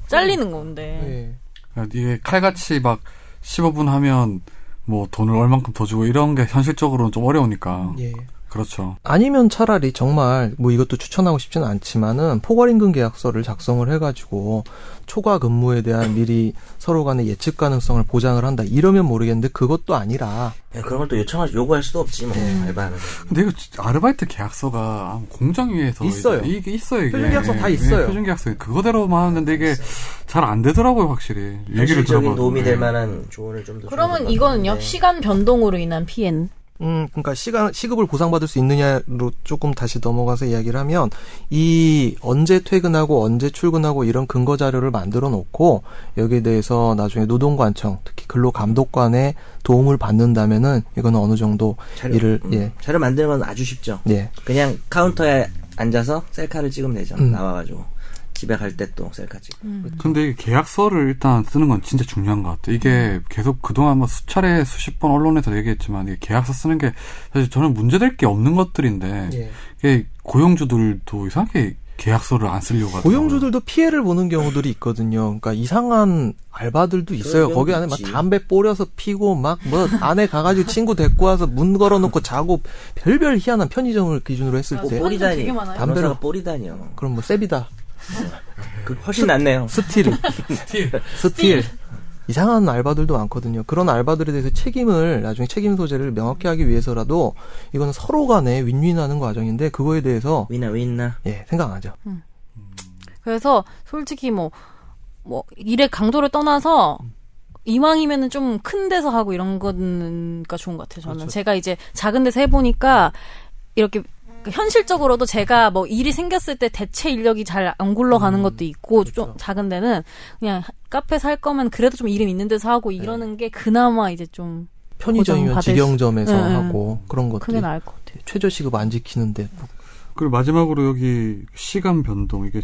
잘리는 건데. 예. 그러니까 이게 칼같이 막 15분 하면 뭐 돈을 얼만큼 더 주고 이런 게 현실적으로는 좀 어려우니까. 예. 그렇죠. 아니면 차라리 정말 뭐 이것도 추천하고 싶지는 않지만은 포괄임금 계약서를 작성을 해가지고 초과 근무에 대한 미리 서로 간의 예측 가능성을 보장을 한다 이러면 모르겠는데 그것도 아니라 야, 그런 걸 또 요청할 요구할 수도 없지 뭐 네. 알바하는. 거. 근데 이거 진짜 아르바이트 계약서가 아마 공장 위에서 있어요. 이제 이게 있어요. 이게. 표준 계약서 다 예, 있어요. 표준 계약서 그거대로만 하는데 이게 잘 안 되더라고요, 확실히. 얘기를 네. 현실적인 들어봐도. 도움이 될 예. 만한 조언을 좀더 그러면 이거는요? 시간 변동으로 인한 피해는? 음, 그러니까 시간 시급을 보상받을 수 있느냐로 조금 다시 넘어가서 이야기를 하면 이 언제 퇴근하고 언제 출근하고 이런 근거 자료를 만들어 놓고 여기에 대해서 나중에 노동관청 특히 근로감독관의 도움을 받는다면은 이건 어느 정도 자료. 일을 음. 예. 자료 만드는 건 아주 쉽죠. 예. 그냥 카운터에 앉아서 셀카를 찍으면 되죠. 음. 나와가지고 집에 갈 때 또 셀카 찍고. 음. 근데 이게 계약서를 일단 쓰는 건 진짜 중요한 것 같아요. 음. 이게 계속 그동안 뭐 수차례 수십 번 언론에서 얘기했지만 이게 계약서 쓰는 게 사실 저는 문제될 게 없는 것들인데 예. 이게 고용주들도 이상하게 계약서를 안 쓰려고 하더라고요. 고용주들도 피해를 보는 경우들이 있거든요. 그러니까 이상한 알바들도 있어요. 그런 거기 경우도 안에 막 있지. 담배 뿌려서 피고 막 뭐 안에 가가지고 친구 데리고 와서 문 걸어놓고 자고 별별 희한한 편의점을 기준으로 아, 했을 때 뭐- 그 뽀리다니. 되게 많아요. 담배가 담배로- 뽀리다니요. 그럼 뭐 셉이다, 그 훨씬 낫네요. 스틸, 스틸 이상한 알바들도 많거든요. 그런 알바들에 대해서 책임을 나중에 책임 소재를 명확히 하기 위해서라도 이거는 서로 간에 윈윈하는 과정인데 그거에 대해서 위나 위나. 예 생각 안 하죠. 음. 그래서 솔직히 뭐, 뭐, 일의 강도를 떠나서 이왕이면은 좀 큰 데서 하고 이런 거가 좋은 것 같아요, 저는. 그렇죠. 제가 이제 작은 데서 해보니까 이렇게 그 현실적으로도 제가 뭐 일이 생겼을 때 대체 인력이 잘 안 굴러가는 것도 있고 좀 그렇죠. 작은 데는 그냥 카페에서 할 거면 그래도 좀 이름 있는 데서 하고 이러는 네. 게 그나마 이제 좀 편의점이면 고정받을 수- 직영점에서 예, 예. 하고 그런 그게 것들이 나을 것 같아요. 최저 시급 안 지키는데 뭐 그리고 마지막으로 여기 시간 변동 이게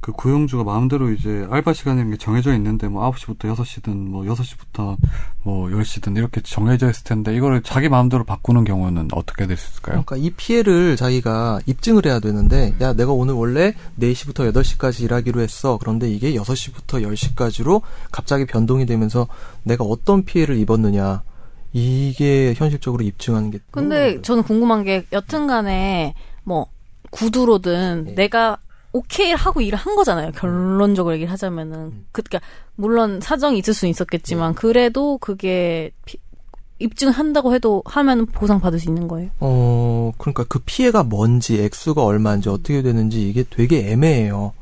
그 고용주가 마음대로 이제 알바 시간이라는 게 정해져 있는데 뭐 9시부터 6시든 뭐 6시부터 뭐 10시든 이렇게 정해져 있을 텐데 이거를 자기 마음대로 바꾸는 경우는 어떻게 될 수 있을까요? 그러니까 이 피해를 자기가 입증을 해야 되는데 야 내가 오늘 원래 4시부터 8시까지 일하기로 했어. 그런데 이게 6시부터 10시까지로 갑자기 변동이 되면서 내가 어떤 피해를 입었느냐. 이게 현실적으로 입증하는 게 근데 저는 궁금한 게 여튼간에 뭐 구두로든 네. 예. 내가 오케이 하고 일을 한 거잖아요. 음. 결론적으로 얘기를 하자면은 그니까 물론 사정이 있을 수는 있었겠지만 네. 그래도 그게 피- 입증한다고 해도 하면 보상 받을 수 있는 거예요. 어 그러니까 그 피해가 뭔지 액수가 얼마인지 어떻게 되는지 이게 되게 애매해요.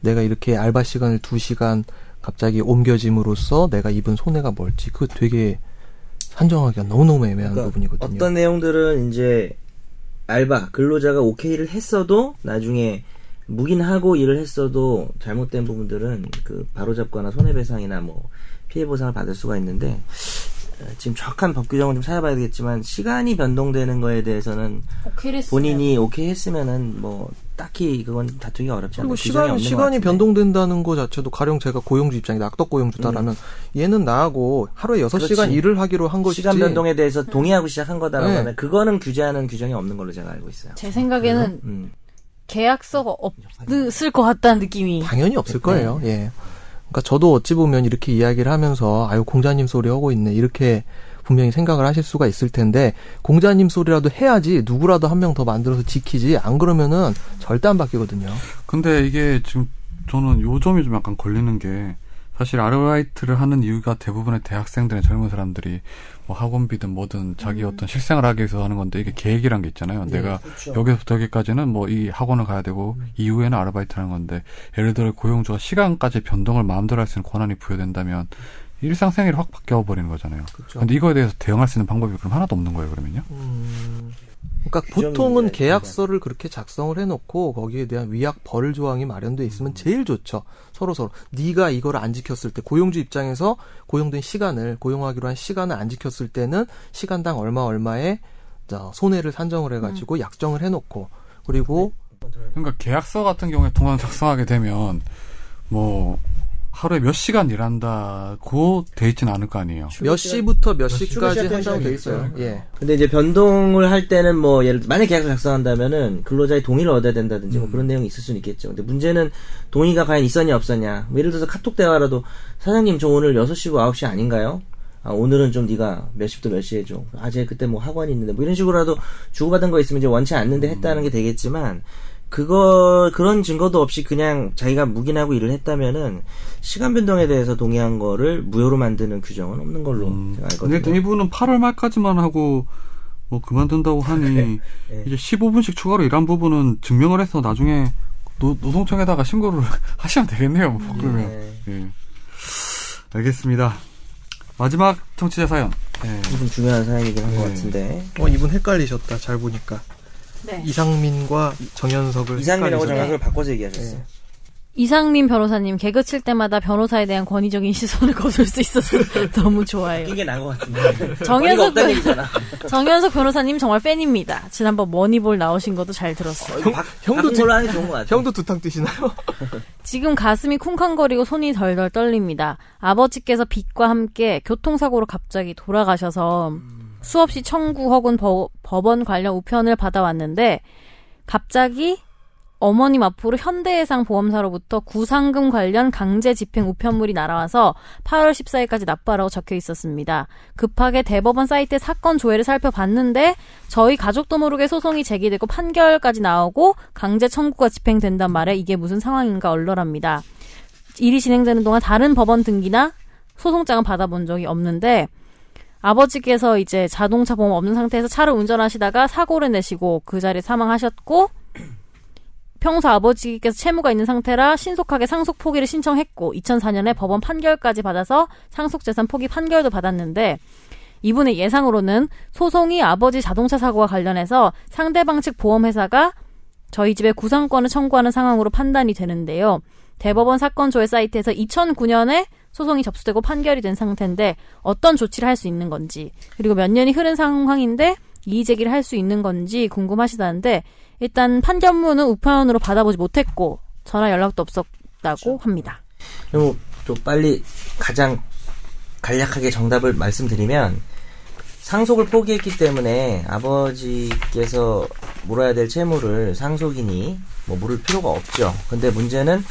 내가 이렇게 알바 시간을 2시간 갑자기 옮겨짐으로써 내가 입은 손해가 뭘지 그거 되게 산정하기가 너무너무 애매한 그러니까 부분이거든요. 어떤 내용들은 이제 알바 근로자가 오케이를 했어도 나중에 묵인하고 일을 했어도 잘못된 부분들은 그 바로잡거나 손해배상이나 뭐 피해 보상을 받을 수가 있는데 어, 지금 정확한 법 규정은 좀 찾아봐야겠지만 시간이 변동되는 거에 대해서는 오케이를 본인이 오케이 했으면은 뭐 딱히 그건 뭐 다투기 가 어렵지 않아요. 그리고 시간, 시간이 변동된다는 거 자체도 가령 제가 고용주 입장에 낙덕 고용주다라면 얘는 나하고 하루에 여섯 음. 그렇지. 시간 일을 하기로 한 것이지 시간 변동에 대해서 동의하고 시작한 거다라고 네. 하면 그거는 규제하는 규정이 없는 걸로 제가 알고 있어요. 제 생각에는 음. 계약서가 없을 것 같다는 느낌이 당연히 네. 없을 거예요. 예. 그러니까 저도 어찌 보면 이렇게 이야기를 하면서 아유 공자님 소리 하고 있네 이렇게 분명히 생각을 하실 수가 있을 텐데 공자님 소리라도 해야지 누구라도 한 명 더 만들어서 지키지 안 그러면은 절대 안 바뀌거든요. 근데 이게 지금 저는 요점이 좀 약간 걸리는 게 사실 아르바이트를 하는 이유가 대부분의 대학생들이나 젊은 사람들이 뭐 학원비든 뭐든 자기 음. 어떤 실생활 하기 위해서 하는 건데 이게 계획이란 게 있잖아요. 네, 내가 그렇죠. 여기서부터 여기까지는 뭐 이 학원을 가야 되고 음. 이후에는 아르바이트를 하는 건데 예를 들어 고용주가 시간까지 변동을 마음대로 할 수 있는 권한이 부여된다면 일상생활이 확 바뀌어 버리는 거잖아요. 그렇죠. 근데 이거에 대해서 대응할 수 있는 방법이 그럼 하나도 없는 거예요, 그러면요? 그러니까 규정이 보통은 이제 계약서를 그렇게 작성을 해놓고 거기에 대한 위약 벌 조항이 마련돼 음. 있으면 제일 좋죠. 서로 서로 네가 이거를 안 지켰을 때 고용주 입장에서 고용된 시간을 고용하기로 한 시간을 안 지켰을 때는 시간당 얼마 얼마의 자, 손해를 산정을 음. 해가지고 약정을 해놓고 그리고 네. 그러니까 계약서 같은 경우에 동안 작성하게 되면 뭐 하루에 몇 시간 일한다고 돼 있진 않을 거 아니에요. 몇 시부터 몇 시간 시까지 시작한 한다고 돼 시간이 있어요. 예. 근데 이제 변동을 할 때는 뭐 예를 들어 만약 계약을 작성한다면은 근로자의 동의를 얻어야 된다든지 음. 뭐 그런 내용이 있을 수는 있겠죠. 근데 문제는 동의가 과연 있었냐 없었냐. 뭐 예를 들어서 카톡 대화라도 사장님 저 오늘 6시고 9시 아닌가요? 아 오늘은 좀 네가 몇 시부터 몇 시에 줘. 아제 그때 뭐 학원이 있는데 뭐 이런 식으로라도 주고받은 거 있으면 이제 원치 않는데 했다는 음. 게 되겠지만 그거 그런 증거도 없이 그냥 자기가 묵인하고 일을 했다면은 시간 변동에 대해서 동의한 거를 무효로 만드는 규정은 없는 걸로 제가 음. 근데 알거든요. 네. 일단 이분은 8월 말까지만 하고 뭐 그만둔다고 아, 하니 예. 이제 15분씩 추가로 일한 부분은 증명을 해서 나중에 노, 동청에다가 신고를 하시면 되겠네요. 예. 뭐 그러면 네. 예. 알겠습니다. 마지막 청취자 사연. 네. 좀 중요한 사연이긴 한 것 네. 같은데. 어, 이분 헷갈리셨다. 잘 보니까. 네. 이상민과 그 정현석을 이상민하고 헷갈리셨다. 정현석을 바꿔서 얘기하셨어요. 이상민 변호사님 개그 칠 때마다 변호사에 대한 권위적인 시선을 거둘 수 있어서 너무 네. 좋아요. 이게 나은 것 같은데. 정현석 그 머리가 없다는 변- 얘기잖아. 어, 정현석 변호사님 정말 팬입니다. 지난번 머니볼 나오신 것도 잘 들었어요. 형, 박, 형도 형도 지- 걸로 하는 게 좋은 것 같아. 형도 두탕 뛰시나요? 지금 가슴이 쿵쾅거리고 손이 덜덜 떨립니다. 아버지께서 빚과 함께 교통사고로 갑자기 돌아가셔서 수없이 청구 혹은 버- 법원 관련 우편을 받아왔는데 갑자기 어머님 앞으로 현대해상 보험사로부터 구상금 관련 강제 집행 우편물이 날아와서 8월 14일까지 납부하라고 적혀 있었습니다. 급하게 대법원 사이트 사건 조회를 살펴봤는데 저희 가족도 모르게 소송이 제기되고 판결까지 나오고 강제 청구가 집행된단 말에 이게 무슨 상황인가 얼얼합니다. 일이 진행되는 동안 다른 법원 등기나 소송장은 받아본 적이 없는데 아버지께서 이제 자동차 보험 없는 상태에서 차를 운전하시다가 사고를 내시고 그 자리에 사망하셨고 평소 아버지께서 채무가 있는 상태라 신속하게 상속 포기를 신청했고 2004년에 법원 판결까지 받아서 상속재산 포기 판결도 받았는데 이분의 예상으로는 소송이 아버지 자동차 사고와 관련해서 상대방 측 보험회사가 저희 집에 구상권을 청구하는 상황으로 판단이 되는데요. 대법원 사건 조회 사이트에서 2009년에 소송이 접수되고 판결이 된 상태인데 어떤 조치를 할 수 있는 건지 그리고 몇 년이 흐른 상황인데 이의 제기를 할 수 있는 건지 궁금하시다는데 일단 판결문은 우편으로 받아보지 못했고 전화 연락도 없었다고 합니다. 그럼 또 빨리 가장 간략하게 정답을 말씀드리면 상속을 포기했기 때문에 아버지께서 물어야 될 채무를 상속인이 뭐 물을 필요가 없죠. 근데 문제는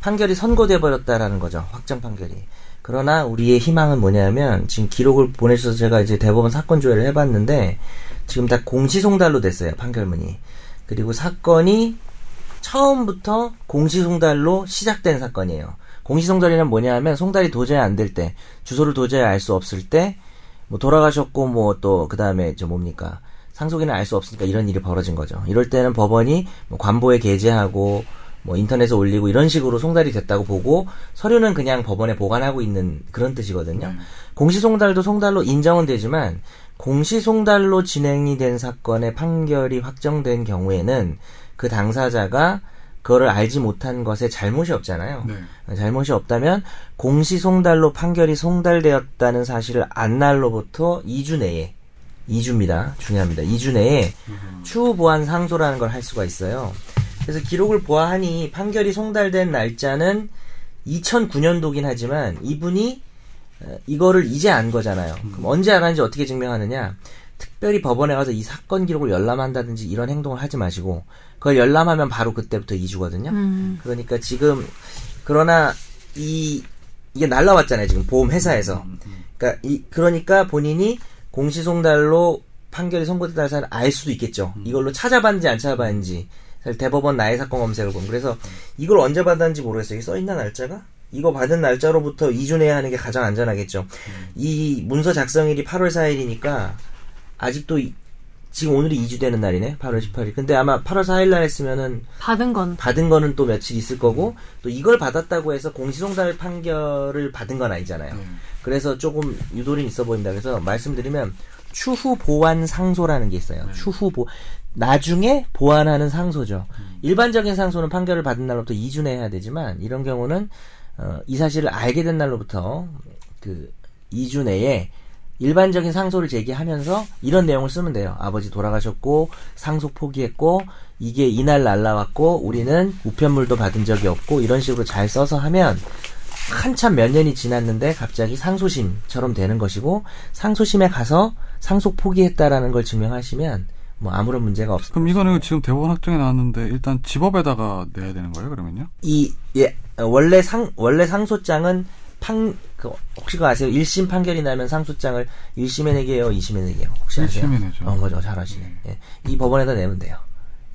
판결이 선고돼 버렸다라는 거죠. 확정 판결이. 그러나 우리의 희망은 뭐냐면 지금 기록을 보내셔서 제가 이제 대법원 사건 조회를 해봤는데 지금 다 공시송달로 됐어요 판결문이. 그리고 사건이 처음부터 공시송달로 시작된 사건이에요. 공시송달이란 뭐냐면 송달이 도저히 안 될 때, 주소를 도저히 알 수 없을 때, 뭐 돌아가셨고 뭐 또 그다음에 저 뭡니까 상속인은 알 수 없으니까 이런 일이 벌어진 거죠. 이럴 때는 법원이 뭐 관보에 게재하고 뭐 인터넷에 올리고 이런 식으로 송달이 됐다고 보고 서류는 그냥 법원에 보관하고 있는 그런 뜻이거든요. 공시송달도 송달로 인정은 되지만 공시송달로 진행이 된 사건의 판결이 확정된 경우에는 그 당사자가 그거를 알지 못한 것에 잘못이 없잖아요. 네. 잘못이 없다면 공시 송달로 판결이 송달되었다는 사실을 안 날로부터 2주 내에 2주입니다. 중요합니다. 2주 내에 추후 보완 상소라는 걸 할 수가 있어요. 그래서 기록을 보아하니 판결이 송달된 날짜는 2009년도긴 하지만 이분이 어, 이거를 이제 안 거잖아요. 그럼 언제 알았는지 어떻게 증명하느냐? 특별히 법원에 가서 이 사건 기록을 열람한다든지 이런 행동을 하지 마시고 그걸 열람하면 바로 그때부터 2주거든요. 음. 그러니까 지금 그러나 이 이게 날라왔잖아요 지금 보험 회사에서 그러니까 이 그러니까 본인이 공시송달로 판결이 선고됐다는 사실을 알 수도 있겠죠 이걸로 찾아봤는지 안 찾아봤는지 사실 대법원 나의 사건 검색을 보면 그래서 이걸 언제 받았는지 모르겠어요 이게 써있나 날짜가 이거 받은 날짜로부터 2주 내에 하는 게 가장 안전하겠죠 이 문서 작성일이 8월 4일이니까 아직도 이- 지금 오늘이 2주 되는 날이네 8월 18일 근데 아마 8월 4일 날 했으면은 받은 건 받은 거는 또 며칠 있을 거고 또 이걸 받았다고 해서 공시송달 판결을 받은 건 아니잖아요. 그래서 조금 유도림 있어 보인다. 그래서 말씀드리면 추후 보완 상소라는 게 있어요. 추후 보 나중에 보완하는 상소죠. 일반적인 상소는 판결을 받은 날로부터 2주 내에 해야 되지만 이런 경우는 어, 이 사실을 알게 된 날로부터 그 2주 내에 일반적인 상소를 제기하면서 이런 내용을 쓰면 돼요. 아버지 돌아가셨고 상속 포기했고 이게 이날 날라왔고 우리는 우편물도 받은 적이 없고 이런 식으로 잘 써서 하면 한참 몇 년이 지났는데 갑자기 상소심처럼 되는 것이고 상소심에 가서 상속 포기했다라는 걸 증명하시면 뭐 아무런 문제가 없습니다. 그럼 이거는 지금 대법원 확정에 나왔는데 일단 집업에다가 내야 되는 거예요, 그러면요? 이, 예, 어, 원래 상, 원래 상소장은 판, 그, 혹시 그거 아세요? 1심 판결이 나면 상소장을 네 1심에 내게요, 2심에 내게요? 혹시 아세요? 1심에 내죠. 어, 맞아, 잘 아시네. 예. 이 법원에다 내면 돼요.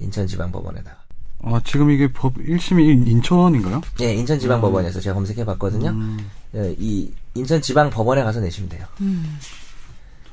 인천지방법원에다가. 아, 지금 이게 법 1심이 인천인가요? 예, 인천지방법원에서 제가 검색해 봤거든요. 음. 예, 이, 인천지방법원에 가서 내시면 돼요.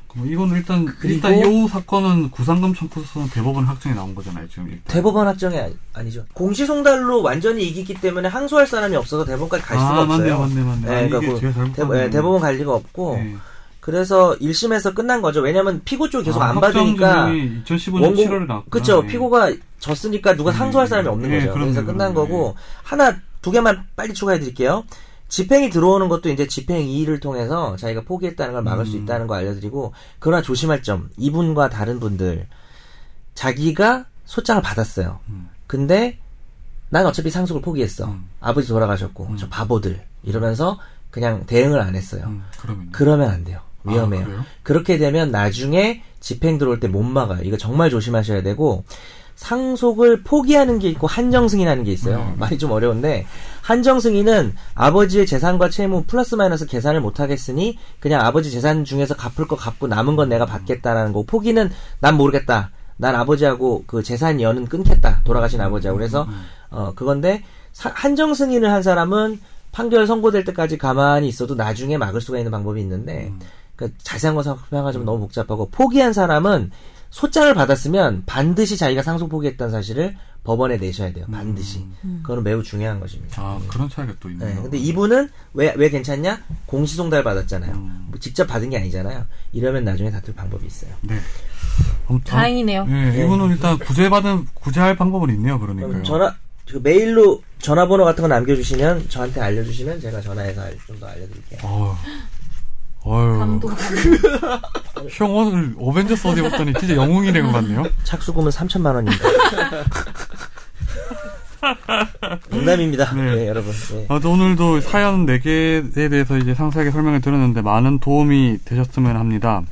그럼 이거는 일단 그리고- 일단 이 사건은 구상금 청구 소송 대법원 확정이 나온 거잖아요, 지금 일단. 대법원 확정이 아니- 아니죠. 공시송달로 완전히 이기기 때문에 항소할 사람이 없어서 대법원까지 갈 수가 아, 없어요. 맞네, 맞네, 맞네. 아, 예, 이게 제가 그러니까 그 잘못 대, 봤네. 법원갈 리가 없고 네. 그래서 1심에서 끝난 거죠. 왜냐면 피고 쪽이 아, 계속 안 받으니까 2015년 원고- 7월에 나왔고. 예. 그쵸 피고가 졌으니까 누가 네. 상소할 사람이 없는 네, 거죠. 그럼요, 그래서 끝난 그럼요. 거고 하나 두 개만 빨리 추가해 드릴게요. 집행이 들어오는 것도 이제 집행 이의를 통해서 자기가 포기했다는 걸 막을 수 음. 있다는 거 알려드리고 그러나 조심할 점 이분과 다른 분들 자기가 소장을 받았어요. 음. 근데 난 어차피 상속을 포기했어. 음. 아버지 돌아가셨고 음. 저 바보들 이러면서 그냥 대응을 안 했어요. 그러면 그러면 안 돼요. 위험해요. 아, 그래요? 그렇게 되면 나중에 집행 들어올 때 못 막아요. 이거 정말 조심하셔야 되고 상속을 포기하는 게 있고 한정 승인하는 게 있어요. 네. 말이 좀 어려운데 한정 승인은 아버지의 재산과 채무 플러스 마이너스 계산을 못 하겠으니 그냥 아버지 재산 중에서 갚을 거 갚고 남은 건 내가 받겠다라는 거. 포기는 난 모르겠다. 난 아버지하고 그 재산 연은 끊겠다. 돌아가신 음, 아버지하고 그래서 어 그건데 사- 한정 승인을 한 사람은 판결 선고될 때까지 가만히 있어도 나중에 막을 수가 있는 방법이 있는데 음. 그러니까 자세한 거 설명하자면 너무 복잡하고 포기한 사람은 소장을 받았으면 반드시 자기가 상속 포기했다는 사실을 법원에 내셔야 돼요. 반드시. 음. 그거는 매우 중요한 것입니다. 아 그런 차이가 또 네, 있네요. 근데 이분은 왜, 왜 괜찮냐? 공시송달 받았잖아요. 음. 뭐 직접 받은 게 아니잖아요. 이러면 나중에 다툴 방법이 있어요. 네. 아무튼- 다행이네요. 네, 이분은 일단 구제받은 구제할 방법은 있네요. 그러니까요. 그럼 전화, 그 메일로 전화번호 같은 거 남겨주시면 저한테 알려주시면 제가 전화해서 좀 더 알려드릴게요. 어휴. 어휴. 감동. 형 오늘 어벤져스 어디 봤더니 진짜 영웅이 된것 같네요. 착수금은 3천만 원입니다. 농담입니다. 네. 네. 여러분. 네. 아무튼 오늘도 사연 4개에 대해서 이제 상세하게 설명을 드렸는데 많은 도움이 되셨으면 합니다.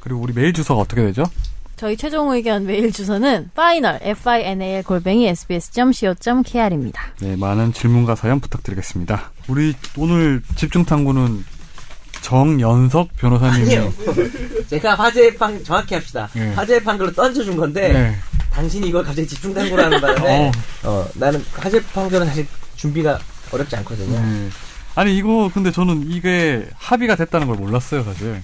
그리고 우리 메일 주소가 어떻게 되죠? 저희 최종 의견 메일 주소는 final final 골뱅이 sbs.co.kr입니다. 네, 많은 질문과 사연 부탁드리겠습니다. 우리 오늘 집중 탐구는 정연석 변호사님이 아니에요. 제가 화제의 판 정확히 합시다. 음. 예. 화제의 판결로 던져준 건데 네. 당신이 이걸 갑자기 집중 당구를 하는 바람에 어. 어, 나는 화제 판결은 사실 준비가 어렵지 않거든요. 네. 아니 이거 근데 저는 이게 합의가 됐다는 걸 몰랐어요, 사실.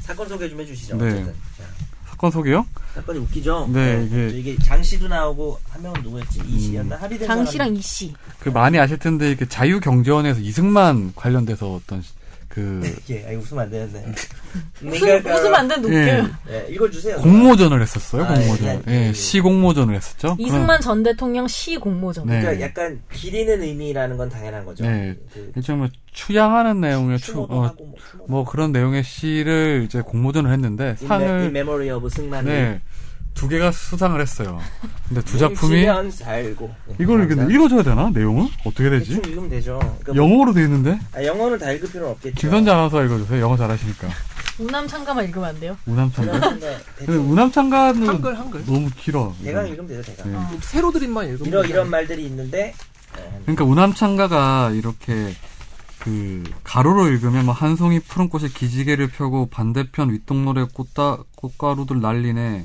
사건 소개 좀 해주시죠. 네. 어쨌든 자, 사건 소개요? 사건이 웃기죠. 네, 이게- 음. 저 이게 장 씨도 나오고 한 명은 누구였지? 이 씨였나? 합의된 장 사람이- 씨랑 이 씨. 그 많이 아실 텐데 이게 자유경제원에서 이승만 관련돼서 어떤 시- 그 예, 아니, 웃으면 안 음. 되는데. 네, 웃음, 웃으면 안 되는 예, 웃겨요. 예, 읽어주세요. 공모전을 했었어요. 아, 공모전. 예, 예, 예, 예. 시 공모전을 했었죠. 이승만 전 대통령 시 공모전. 네. 그러니까 약간 기리는 의미라는 건 당연한 거죠. 네. 그 일종의 뭐 추양하는 내용의 추, 추모도 어, 하고 뭐 추모도 뭐 그런 내용의 시를 이제 공모전을 했는데 In 상을 memory of 승만. 네, 두 개가 수상을 했어요. 근데 두 작품이 면 살고. 네, 이걸 근데 감사합니다. 읽어줘야 되나? 내용은 어떻게 되지? 대충 읽으면 되죠. 그러니까 뭐- 영어로 돼 있는데 아, 영어는 다 읽을 필요는 없겠죠. 김선재 아나운서 읽어주세요. 영어 잘하시니까 우남 참가만 읽으면 안 돼요? 우남창가. 그냥 근데 대충 음. 우남창가는 한글 한글. 너무 길어. 대강 읽으면 되죠. 대강. 네. 음. 새로 드림만 읽으면 이런 이런 말들이 있는데 그러니까 우남창가가 이렇게 그 가로로 읽으면 뭐 한 송이 푸른 꽃이 기지개를 펴고 반대편 윗동로에 꽃다 꽃가루들 날리네.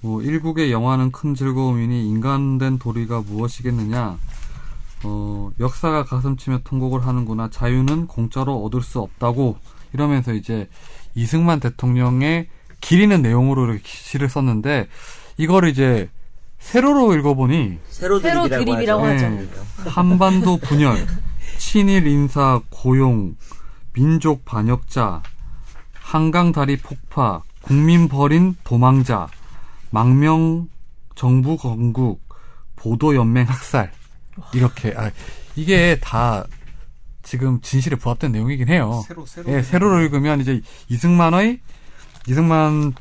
뭐 일국의 영화는 큰 즐거움이니 인간된 도리가 무엇이겠느냐. 어 역사가 가슴치며 통곡을 하는구나. 자유는 공짜로 얻을 수 없다고 이러면서 이제 이승만 대통령의 길이는 내용으로 이렇게 시를 썼는데 이걸 이제 세로로 읽어보니 새로 새로 드립이라고, 드립이라고 하죠. 하죠. 네. 한반도 분열, 친일 인사 고용, 민족 반역자, 한강 다리 폭파, 국민 버린 도망자, 망명 정부 건국, 보도 연맹 학살 이렇게 아, 이게 다 지금 진실에 부합된 내용이긴 해요. 새로 새로. 예, 세로로 읽으면 이제 이승만의 이승만의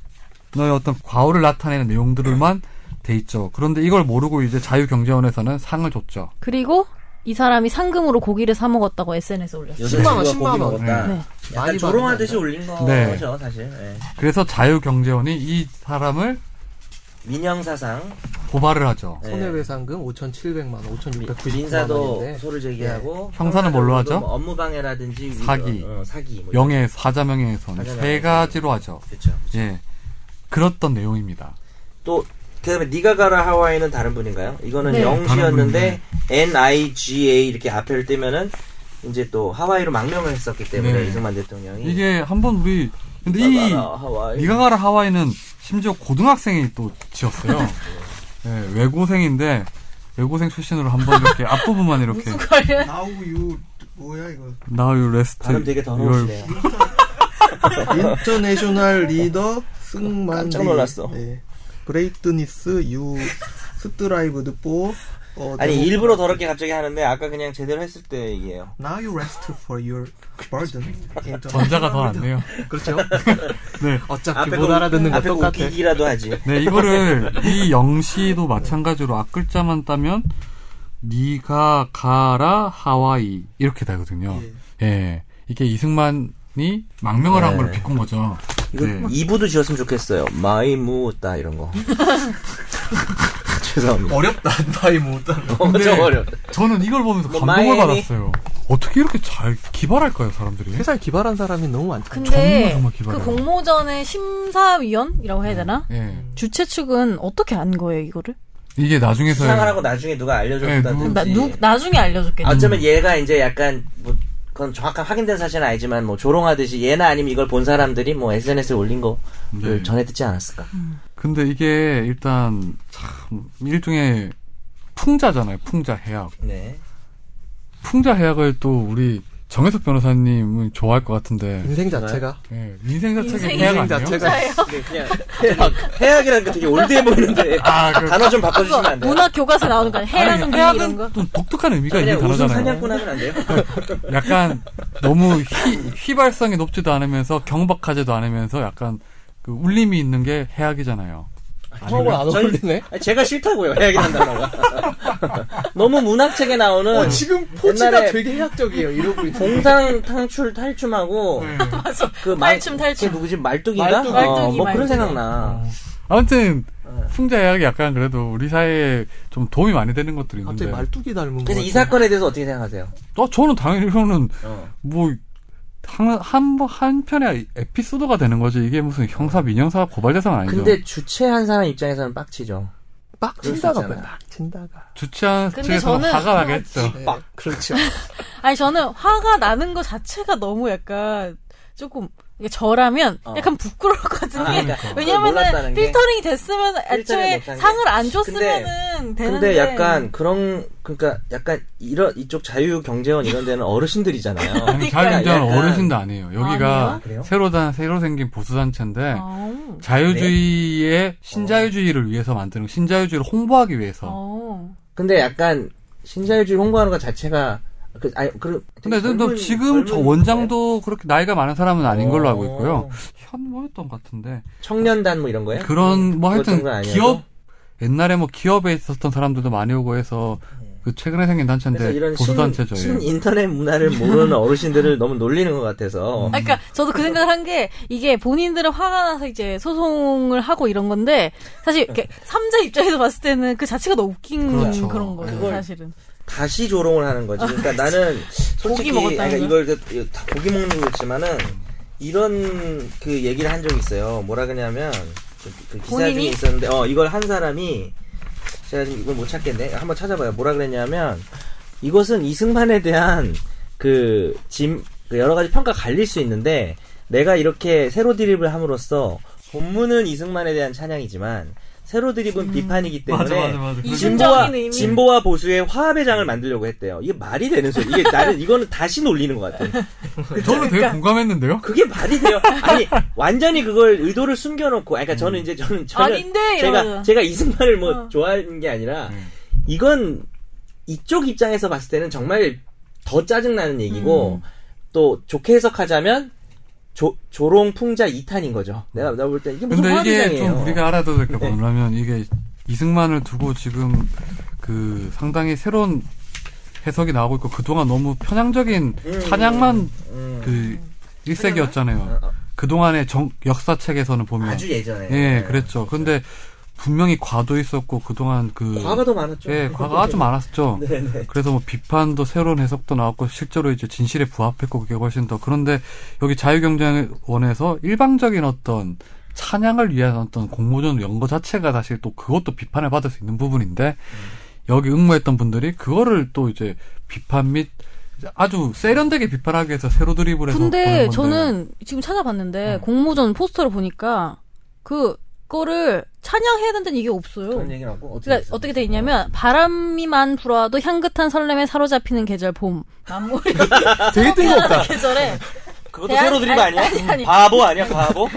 어떤 과오를 나타내는 내용들만 돼 있죠. 그런데 이걸 모르고 이제 자유경제원에서는 상을 줬죠. 그리고 이 사람이 상금으로 고기를 사 먹었다고 SNS에 올렸어요. 10만 원, 10만 원. 먹었다. 네. 약간 많이 조롱하듯이 받은 올린 거죠, 네. 사실. 예. 그래서 자유경제원이 이 사람을 민영사상 고발을 하죠. 예. 손해배상금 5,700만 원, 5,699만 민사도 원인데 소를 제기하고 형사는 뭘로 형사적으로도 하죠? 뭐 업무 방해라든지 위- 사기. 어, 사기 뭐 이런- 명예, 사자명예훼손 사자명예훼손. 세 가지로 하죠. 그렇죠. 그렇죠. 예, 그렇던 내용입니다. 또 그다음에 니가 가라 하와이는 다른 분인가요? 이거는 네. 영시였는데 N I G A 이렇게 앞에를 떼면은 이제 또 하와이로 망명을 했었기 때문에 네. 이승만 대통령이 이게 한번 우리 근데 니가 이 가라, 하와이. 니가 가라 하와이는 심지어 고등학생이 또 지었어요. 예, 외고생인데 외고생 출신으로 한번 이렇게 앞부분만 이렇게 아, 무슨 관련? 나우유 뭐야 이거 Now you rest 발음 되게 your 더러우시네요. 인터내셔널 리더 승만 깜짝 놀랐어. 네. 그레이트니스 유 스트라이브드 포 어, 아니 대목- 일부러 더럽게 갑자기 하는데 아까 그냥 제대로 했을 때 얘기해요. Now you rest for your burden. 전자가 더 낫네요. 그렇죠. 네. 어차피 못 알아듣는 거 앞에 거 똑같아. 웃기기라도 하지. 네, 이거를 이 영시도 마찬가지로 앞글자만 따면 니가 가라 하와이 이렇게 되거든요. 예. 이게 이승만이 망명을 한 네. 걸 비꾼 거죠. 이거 뭐 네. 2부도 지었으면 좋겠어요. 마이 무다 이런 거. 죄송합니다. 어렵다. 나이 못 따라. 엄청 어려. 저는 이걸 보면서 뭐, 감동을 마이애미? 받았어요. 어떻게 이렇게 잘 기발할까요, 사람들이? 세상 기발한 사람이 너무 많다. 정말 근데 정말 기발해요. 그 공모전의 심사위원이라고 해야 되나? 예. 주최 측은 어떻게 안 거예요 이거를? 이게 나중에서 수상하라고 나중에 누가 네, 알려줬다든지. 나, 누, 나중에 알려줬겠지. 어쩌면 얘가 이제 약간 뭐 그건 정확한 확인된 사실은 아니지만 뭐 조롱하듯이 얘나 아니면 이걸 본 사람들이 뭐 SNS에 올린 거를 네. 전해 듣지 않았을까? 음. 근데 이게 일단 참 일종의 풍자잖아요. 풍자 해악. 네. 풍자 해악을 또 우리 정혜석 변호사님은 좋아할 것 같은데 네. 인생 자체가 예, 인생 자체가 인생- 해악 인생 아니에요? 자체가 네. 진짜예요? 그냥 해악 해악이라는 게 되게 올드해 보이는데 아, 그 단어 좀 바꿔주시면 안 돼요? 문학 교과서에 나오는 거 아니야? 해라는 의미 이런 해악은 거. 좀 독특한 의미가 있는 그냥 웃음 단어잖아요. 사냥꾼 하면 안 돼요? 약간 너무 휘, 휘발성이 높지도 않으면서 경박하지도 않으면서 약간 그 울림이 있는 게 해악이잖아요. 통합을 안 저희- 어울리네. 아니, 제가 싫다고요 해악이라는 단어가 너무 문학책에 나오는 어, 지금 옛날에- 되게 해학적이에요. 이러고 있는. 공상 탈출 탈춤하고 그 말- 탈춤, 탈춤. 그 누구지 말뚝인가? 말뚝. 어, 말뚝이, 뭐 그런 말뚝. 어, 생각나. 아, 아무튼 풍자 해악이 약간 그래도 우리 사회에 좀 도움이 많이 되는 것들이 있는데. 갑자기 말뚝이 닮은 거. 네. 그래서 이 사건에 대해서 어떻게 생각하세요? 어, 저는 당연히 이거는 뭐, 한, 한, 한 편의 에피소드가 되는 거지. 이게 무슨 형사, 민형사, 고발대상은 아니죠. 근데 주최한 사람 입장에서는 빡치죠. 빡 그럴 수 친다가 있잖아요. 뭐야? 빡 친다가. 주최한 근데 측에서는 저는- 아, 화가 나겠죠. 네, 빡. 그렇죠. 아니 저는 화가 나는 거 자체가 너무 약간 조금 이게 저라면 어. 약간 부끄러울 것 같은데 아, 그러니까. 몰랐다는 왜냐면은 게. 필터링이 됐으면 애초에 못한 게. 상을 안 근데- 줬으면은 되는데 근데 약간 그런 그러니까 약간 이런 이쪽 자유경제원 이런 데는 어르신들이잖아요. 아니, 자유민주당 그러니까 약간- 어르신도 아니에요. 여기가 아니에요? 그래요? 어. 새로, 단, 새로 생긴 보수단체인데, 아우. 네. 자유주의의 신자유주의를 위해서 만드는, 신자유주의를 홍보하기 어. 위해서. 아우. 근데 약간 신자유주의 홍보하는 것 자체가 그 아니 그 근데 너 지금 저 원장도 그렇게 나이가 많은 사람은 아닌 걸로 알고 있고요. 어. 현모였던 것 같은데. 청년단 뭐 이런 거예요? 그런 뭐 하여튼 그런 건 아니어도? 기업 옛날에 뭐 기업에 있었던 사람들도 많이 오고 해서 그 최근에 생긴 네. 그래서 단체인데 이런 보수 단체죠. 예. 신, 인터넷 문화를 모르는 어르신들을 너무 놀리는 것 음. 같아서 아, 그러니까 저도 그 생각을 한 게 이게 본인들은 화가 나서 이제 소송을 하고 이런 건데 사실 이렇게 삼자 입장에서 봤을 때는 그 자체가 너무 웃긴 그렇죠. 그런 거예요 그걸- 사실은. 다시 조롱을 하는 거지. 그러니까 나는 솔직히 아, 고기 먹었다는 음. 아니, 이걸 그- 다 고기 먹는 거지만은 이런 그 얘기를 한 적이 있어요. 뭐라 그러냐면 그- 그 기사 본인이? 중에 있었는데 어 이걸 한 사람이 제가 지금 이걸 못 찾겠네. 한번 찾아봐요. 뭐라 그랬냐면 이것은 이승만에 대한 그짐 여러 가지 평가 갈릴 수 있는데 내가 이렇게 세로 드립을 함으로써 본문은 이승만에 대한 찬양이지만 세로 음. 드립은 비판이기 때문에 맞아. 이- 진보와 이중적인 의미. 진보와 보수의 화합의 장을 만들려고 했대요. 이게 말이 되는 소리. 이게 나는 이거는 다시 놀리는 것 같아. 저는 그러니까 되게 공감했는데요. 그게 말이 돼요. 아니 완전히 그걸 의도를 숨겨놓고. 아니, 그러니까 저는 이제 저는 저는 음. 아닌데 제가 이러면서. 제가 이승만을 뭐 어. 좋아하는 게 아니라 음. 이건 이쪽 입장에서 봤을 때는 정말 더 짜증 나는 음. 얘기고 또 좋게 해석하자면 조, 조롱 풍자 2탄인 거죠. 내가 내가 볼 때 이게 무슨 근데 화합의 이게 장이에요. 좀 우리가 알아도 될 게 네. 뭐냐면 이게 이승만을 두고 지금 그 상당히 새로운 해석이 나오고 있고 그동안 너무 편향적인 음, 찬양만 음. 네. 그 일색이었잖아요. 그동안의 정, 역사책에서는 보면 아주 네. 예전에 예, 그랬죠. 근데 분명히 과도 있었고 그동안 그 과가도 많았죠. 예, 과가 아주 많았죠. 네네. 그래서 뭐 비판도 새로운 해석도 나왔고 실제로 이제 진실에 부합했고 그게 훨씬 더 그런데 여기 자유경제원에서 일방적인 어떤 찬양을 위한 어떤 공모전 연거 자체가 사실 또 그것도 비판을 받을 수 있는 부분인데 여기 응모했던 분들이 그거를 또 이제 비판 및 아주 세련되게 비판하기 위해서 새로 드립을 해서 근데 보낸 건데. 저는 지금 찾아봤는데 어. 공모전 포스터를 보니까 그거를 찬양해야 된다는 이게 없어요. 그런 얘기는 없고 어떻게 그러니까 됐어요? 어떻게 돼 있냐면 바람이만 불어와도 향긋한 설렘에 사로잡히는 계절 봄. 만물이 되게 뜬금없다. 계절에 그것도 대한- 새로 드립 아니야? 아니, 아니, 아니. 바보 아니야, 바보?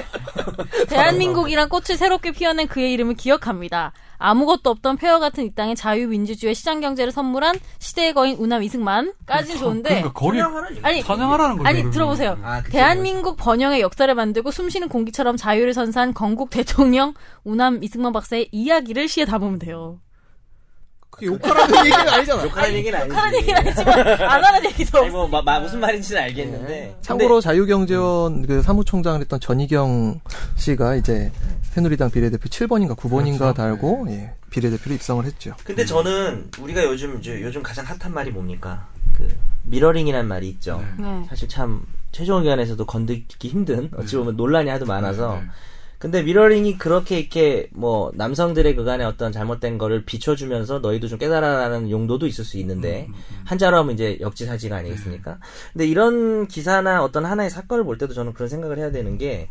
대한민국이란 꽃을 새롭게 피어낸 그의 이름을 기억합니다. 아무것도 없던 폐허 같은 이 땅에 자유민주주의 시장 경제를 선물한 시대의 거인 우남 이승만까지 좋은데 그러니까 거리 아니 사냥하라는 거죠. 아니 그러면. 들어보세요. 아, 그치, 대한민국 번영의 역사를 만들고 숨쉬는 공기처럼 자유를 선사한 건국 대통령 우남 이승만 박사의 이야기를 시에 담으면 돼요. 그게 욕하라는 얘기는 아니잖아. 욕하는 얘기는 뭐. 아니지. 하는 얘기는 아니지만 안 하는 얘기도 아니, 없어. 뭐, 마- 마- 무슨 말인지는 알겠는데. 참고로 자유경제원 그 사무총장을 했던 전희경 씨가 이제 새누리당 비례대표 7번인가 9번인가 그렇죠. 달고 예, 비례대표로 입성을 했죠. 근데 저는 우리가 요즘 이제 요즘 가장 핫한 말이 뭡니까? 그 미러링이란 말이 있죠. 네. 사실 참 최종 의견에서도 건드리기 힘든 어찌 보면 논란이 하도 많아서. 근데 미러링이 그렇게 이렇게 뭐 남성들의 그간의 어떤 잘못된 거를 비춰주면서 너희도 좀 깨달아라는 용도도 있을 수 있는데 한자로 하면 이제 역지사지가 아니겠습니까? 근데 이런 기사나 어떤 하나의 사건을 볼 때도 저는 그런 생각을 해야 되는 게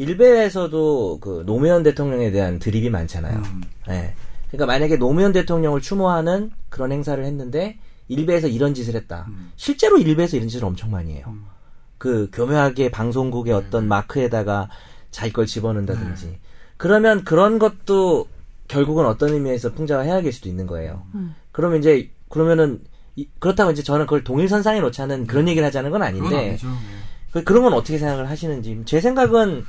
일베에서도 그 노무현 대통령에 대한 드립이 많잖아요. 예. 그러니까 만약에 노무현 대통령을 추모하는 그런 행사를 했는데 일베에서 이런 짓을 했다. 실제로 일베에서 이런 짓을 엄청 많이 해요. 그 교묘하게 방송국의 어떤 음. 마크에다가 자기 걸 집어넣는다든지. 그러면 그런 것도 결국은 어떤 의미에서 풍자가 해악일 수도 있는 거예요. 음. 그러면 이제 그러면은 이- 그렇다고 이제 저는 그걸 동일선상에 놓자는 그런 얘기를 하자는 건 음. 그건 아닌데 아니죠. 예. 그- 그런 건 어떻게 생각을 하시는지 제 생각은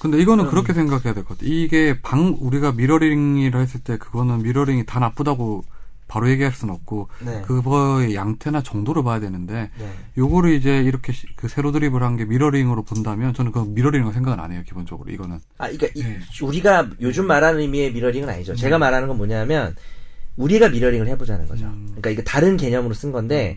근데 이거는 그렇게 생각해야 될 것 같아. 이게 방 우리가 미러링이라 했을 때 그거는 미러링이 다 나쁘다고 바로 얘기할 수는 없고 네. 그거의 양태나 정도를 봐야 되는데 네. 요거를 이제 이렇게 시- 그 세로 드립을 한 게 미러링으로 본다면 저는 그건 미러링이라고 생각은 안 해요 기본적으로 이거는 아, 그러니까 이- 네. 음. 우리가 요즘 말하는 의미의 미러링은 아니죠. 제가 말하는 건 뭐냐면 우리가 미러링을 해보자는 거죠. 음. 그러니까 이거 다른 개념으로 쓴 건데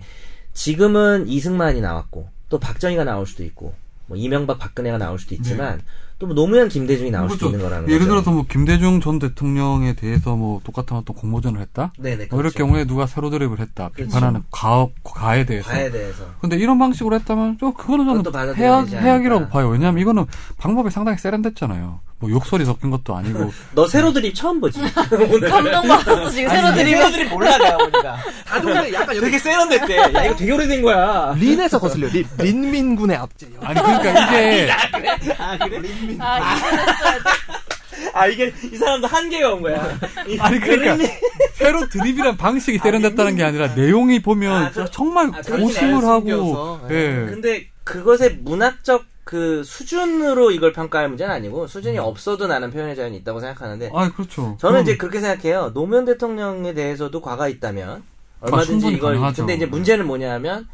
지금은 이승만이 나왔고 또 박정희가 나올 수도 있고 뭐 이명박 박근혜가 나올 수도 있지만 또뭐 노무현 김대중이 나올 수도 있는 거라는 네. 그렇죠. 예를 거죠. 들어서 뭐 김대중 전 대통령에 대해서 뭐 똑같은 어떤 공모전을 했다 네네 뭐 이럴 그렇죠. 경우에 누가 세로 드립을 했다 비판하는 과, 과에 대해서 과에 대해서 근데 이런 방식으로 했다면 좀 그거는 저는 그것도 받아들여야 해악, 되지 해악이라고 않을까. 봐요 왜냐하면 이거는 방법이 상당히 세련됐잖아요 뭐 욕설이 섞인 것도 아니고 너 네. 새로 드립 처음 보지? 오늘. 감동받았어 지금 새로 아니, 드리면 새로 드립 몰라 내가 보니까 다들 근데 약간 되게 세련됐대. 야 이거 되게 오래된 그러니까 거야. 린에서 거슬려. 린, 린민군의 압제요. 아니 그러니까 이게 아 그래? 아, 아 이게 이 사람도 한계가 온 거야. 이- 아니 그러니까 새로 드립이란 방식이 세련됐다는 게 아니라 내용이 보면 아, 그- 정말 아, 그렇긴 고심을 해요. 하고 숨겨서. 예. 근데 그것의 문학적 그 수준으로 이걸 평가할 문제는 아니고 수준이 없어도 나는 표현의 자유는 있다고 생각하는데 음. 아 그렇죠. 네. 저는 이제 그럼 그렇게 생각해요. 노무현 대통령에 대해서도 과가 있다면 얼마든지 충분히 이걸 가능하죠. 네. 근데 이제 문제는 뭐냐면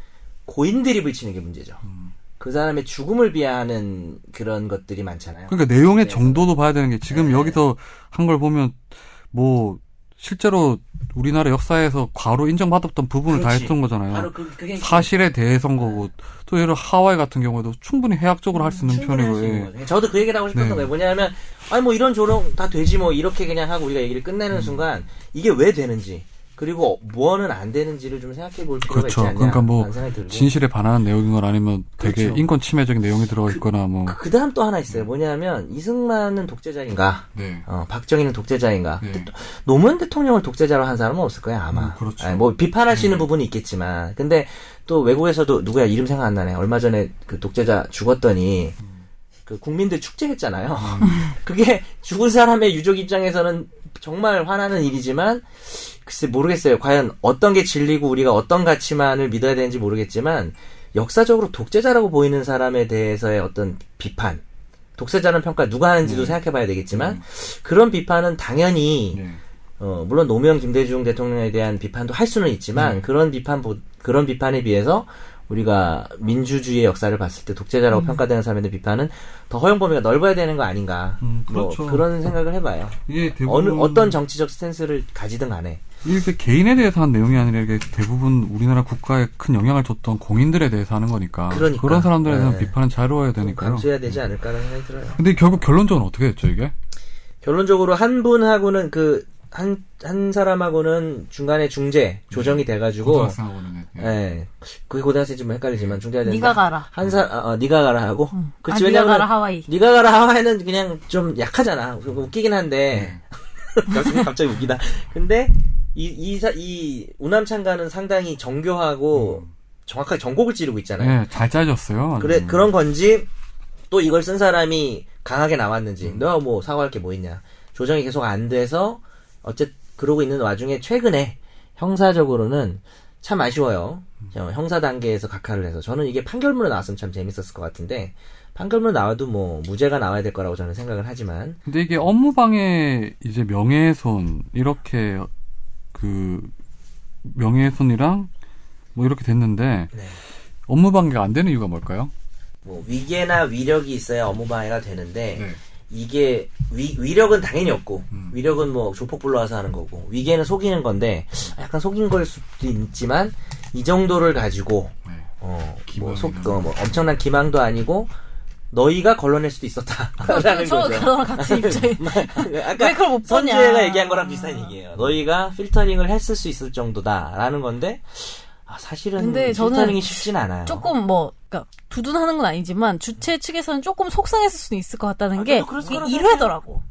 고인들이 붙이는 게 문제죠. 음. 그 사람의 죽음을 비하하는 그런 것들이 많잖아요. 그러니까 내용의 네. 정도도 봐야 되는 게 지금 여기서 한 걸 보면 뭐 실제로 우리나라 역사에서 과로 인정받았던 부분을 다 그렇지. 했던 거잖아요. 바로 그, 그게 사실에 대해서인 거고 또 예를 들어 하와이 같은 경우에도 충분히 해학적으로 할 수 있는 네. 충분히 할수 편이고 있는 예. 거죠. 저도 그 얘기를 하고 싶었던 네. 거예요. 뭐냐면 아니 뭐 이런 조롱 다 되지 뭐 이렇게 그냥 하고 우리가 얘기를 끝내는 음. 순간 이게 왜 되는지 그리고 뭐는 안 되는지를 좀 생각해 볼 필요가 그렇죠. 있지 않냐. 그러니까 뭐 라는 생각이 들고. 진실에 반하는 내용이거나 아니면 되게 그렇죠. 인권 침해적인 내용이 들어가 있거나 뭐 그 다음 또 하나 있어요. 뭐냐면 이승만은 독재자인가? 네. 어, 박정희는 독재자인가? 네. 근데 또 노무현 대통령을 독재자로 한 사람은 없을 거예요, 아마. 음, 그렇죠. 아니, 뭐 비판할 수 있는 부분이 있겠지만. 근데 또 외국에서도 누구야 이름 생각 안 나네. 얼마 전에 그 독재자 죽었더니 음. 그 국민들 축제했잖아요. 그게 죽은 사람의 유족 입장에서는 정말 화나는 일이지만 글쎄 모르겠어요. 과연 어떤 게 진리고 우리가 어떤 가치만을 믿어야 되는지 모르겠지만 역사적으로 독재자라고 보이는 사람에 대해서의 어떤 비판 독재자는 평가 누가 하는지도 생각해봐야 되겠지만 그런 비판은 당연히 음. 네. 어, 물론 노무현 김대중 대통령에 대한 비판도 할 수는 네. 있지만 그런 비판 보- 그런 비판에 비해서 우리가 민주주의의 역사를 봤을 때 음. 독재자라고 평가되는 사람에 대한 비판은 더 허용 범위가 넓어야 되는 거 아닌가 음, 그렇죠. 뭐 그런 생각을 해봐요. 이게 어느 대부분 어떤 정치적 스탠스를 가지든 간에 이렇게 개인에 대해서 한 내용이 아니라 이게 대부분 우리나라 국가에 큰 영향을 줬던 공인들에 대해서 하는 거니까 그러니까. 런 사람들에 대한 네. 그러니까 비판은 자유로워야 좀 되니까요. 감수해야 되지 않을까라는 생각이 들어요. 근데 결국 결론적으로 어떻게 됐죠 이게? 결론적으로 한 분하고는 그 한 한 사람하고는 중간에 중재 조정이 돼가지고 네. 고등학생하고는 예. 예. 그게 고등학생 좀 헷갈리지만 중대야 된다. 네가 가라. 한사 아, 아, 네가 가라 하고. 아, 네가 가라 하와이. 네가 가라 하와이는 그냥 좀 약하잖아. 그거 웃기긴 한데. 네. 갑자기- 갑자기 웃기다. 근데 이 이사 이 우남창가는 상당히 정교하고 정확하게 전곡을 찌르고 있잖아요. 음. 네, 잘 짜졌어요. 그래 음. 그런 건지 또 이걸 쓴 사람이 강하게 나왔는지 너가 뭐 사과할 게 뭐 있냐 조정이 계속 안 돼서 어쨌 그러고 있는 와중에 최근에 형사적으로는 참 아쉬워요 어, 형사 단계에서 각하를 해서 저는 이게 판결문으로 나왔으면 참 재밌었을 것 같은데 판결문 나와도 뭐 무죄가 나와야 될 거라고 저는 생각을 하지만 근데 이게 업무방해 이제 명예훼손 이렇게 그 명예훼손이랑 뭐 이렇게 됐는데 네. 업무방해가 안 되는 이유가 뭘까요? 뭐 위계나 위력이 있어야 업무방해가 되는데 네. 음. 이게 위, 위력은 당연히 없고 위력은 뭐 조폭 불러와서 하는 거고 위계는 속이는 건데 약간 속인 걸 수도 있지만 이 정도를 가지고 네. 어, 뭐 기망이나 속, 어, 뭐 엄청난 기망도 아니고 너희가 걸러낼 수도 있었다라는 저 거죠. 그거랑 같은 입장에 아까 왜 그걸 못 보냐. 선주애가 얘기한 거랑 비슷한 얘기예요. 너희가 필터링을 했을 수 있을 정도다라는 건데 아, 사실은 근데 저는 필터링이 쉽진 않아요. 조금 뭐 그러니까 두둔하는 건 아니지만 주최 측에서는 조금 속상했을 수는 있을 것 같다는 아, 게 저도 그럴 거라고 이- 이래더라고.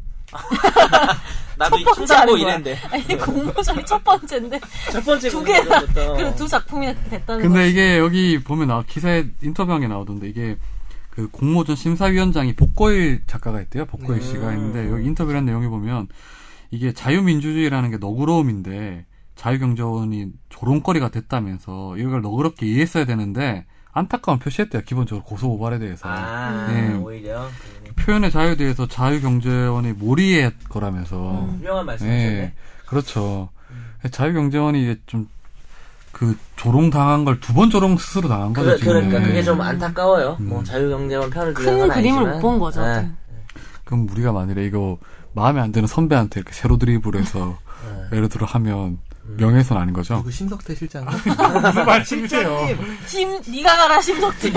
나도 첫 번째 고 아닌 거야. 이랬는데 아니 공모전이 첫 번째인데 첫 번째 어. 두 공모전 개나 것도. 그래도 두 작품이 됐다는 거. 근데 이게 그렇죠. 여기 보면 나 기사에 인터뷰한 게 나오던데 이게 그 공모전 심사위원장이 복거일 작가가 있대요. 복거일 네. 씨가 있는데 여기 인터뷰를 한 내용에 보면 이게 자유민주주의라는 게 너그러움인데 자유경제원이 조롱거리가 됐다면서 이걸 너그럽게 이해했어야 되는데 안타까운 표시했대요. 기본적으로 고소고발에 대해서. 아 네. 오히려 표현의 자유에 대해서 자유경제원이 몰이했거라면서. 유명한 음. 말씀이셨네. 음. 예, 그렇죠. 자유경제원이 이제 좀, 그, 조롱당한 걸 두 번 조롱 스스로 당한 거죠. 그, 지금. 그러니까 그게 예. 좀 안타까워요. 음. 뭐 자유경제만 편을 들는 큰 건 그림을 아니지만. 못 본 거죠. 예. 그럼 우리가 만일에 이거 마음에 안 드는 선배한테 이렇게 세로 드립을 해서 네. 예를 들어 하면 음. 명예훼손 아닌 거죠? 그 심석태 실장. 무슨 말씀이세요? 심 네가 가라 음, 심석재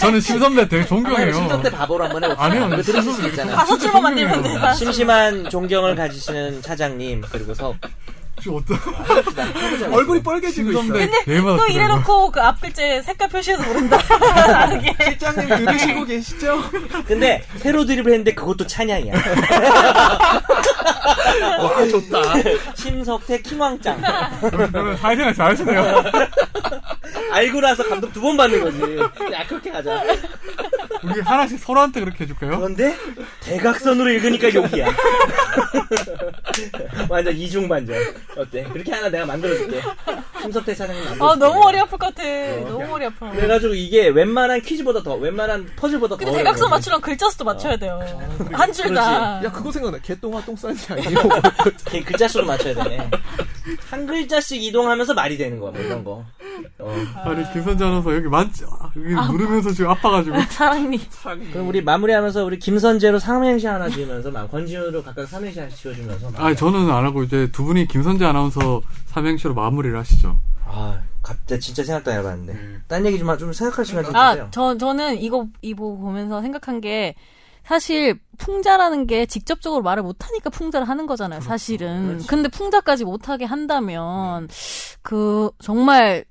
저는 심선배 되게 존경해요. 심정 때그 바보로 한번 해볼게요. 아니요, 아니요. 이거 들으실 수 심정이 있잖아요. 음. 가서 출범 만들면 돼. 심심한 존경을 가지시는 차장님 그리고 서 아, 얼굴이 뻘개지고 심선배 대박. 또 이래놓고 그 앞 글자에 색깔 표시해서 모른다. 네. 실장님 들으시고 계시죠? 근데 새로 드립을 했는데 그것도 찬양이야. 와 좋다. 심석태 킹왕짱 그러면 사회생활 잘하시네요. 알고 나서 감독 두 번 받는 거지. 야 그렇게 가자. 우리 하나씩 서로한테 그렇게 해줄까요? 그런데 대각선으로 읽으니까 욕이야. 완전 이중반전. 어때? 그렇게 하나 내가 만들어줄게. 심석태 차장님. 만들어줄게. 아 너무 머리 아플 것 같아. 너무 머리 아파. 그래가지고 이게 웬만한 퀴즈보다 더, 웬만한 퍼즐보다 더. 근데 어려운 네. 아, 대각선 거지. 맞추랑 글자 수도 맞춰야 돼요. 한 줄 다. 야 그거 생각나. 개똥화 똥 싼지 아니에요? 걔 글자수로 맞춰야 되네. 한 글자씩 이동하면서 말이 되는 거야, 뭐 이런 거. 어. 아니 김선재 아나운서 여기 만지 아, 여기 누르면서 지금 뭐. 아파가지고. 사랑니. 그럼 우리 마무리하면서 우리 김선재로 삼행시 하나 지으면서 막 권지훈으로 각각 삼행시 하나 지어주면서 막. 아 저는 안 하고 이제 두 분이 김선재 아나운서 삼행시로 마무리를 하시죠. 아, 갑자기 진짜 생각도 안 해봤는데. 딴 얘기 좀, 하- 좀 생각할 시간 좀 주세요. 아, 저, 저는 이거, 이거 보면서 생각한 게, 사실, 풍자라는 게 직접적으로 말을 못하니까 풍자를 하는 거잖아요, 사실은. 그렇지. 근데 풍자까지 못하게 한다면, 그, 정말,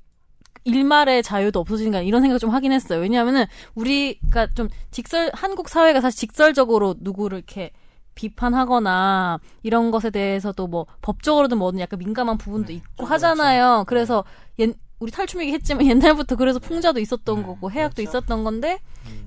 일말의 자유도 없어지는가, 이런 생각 좀 하긴 했어요. 왜냐하면은, 우리가 좀, 직설, 한국 사회가 사실 직설적으로 누구를 이렇게, 비판하거나 이런 것에 대해서도 뭐 법적으로든 뭐든 약간 민감한 부분도 있고 하잖아요. 그래서 옛, 우리 탈춤 얘기했지만 옛날부터 그래서 풍자도 있었던 거고 해악도 있었던 건데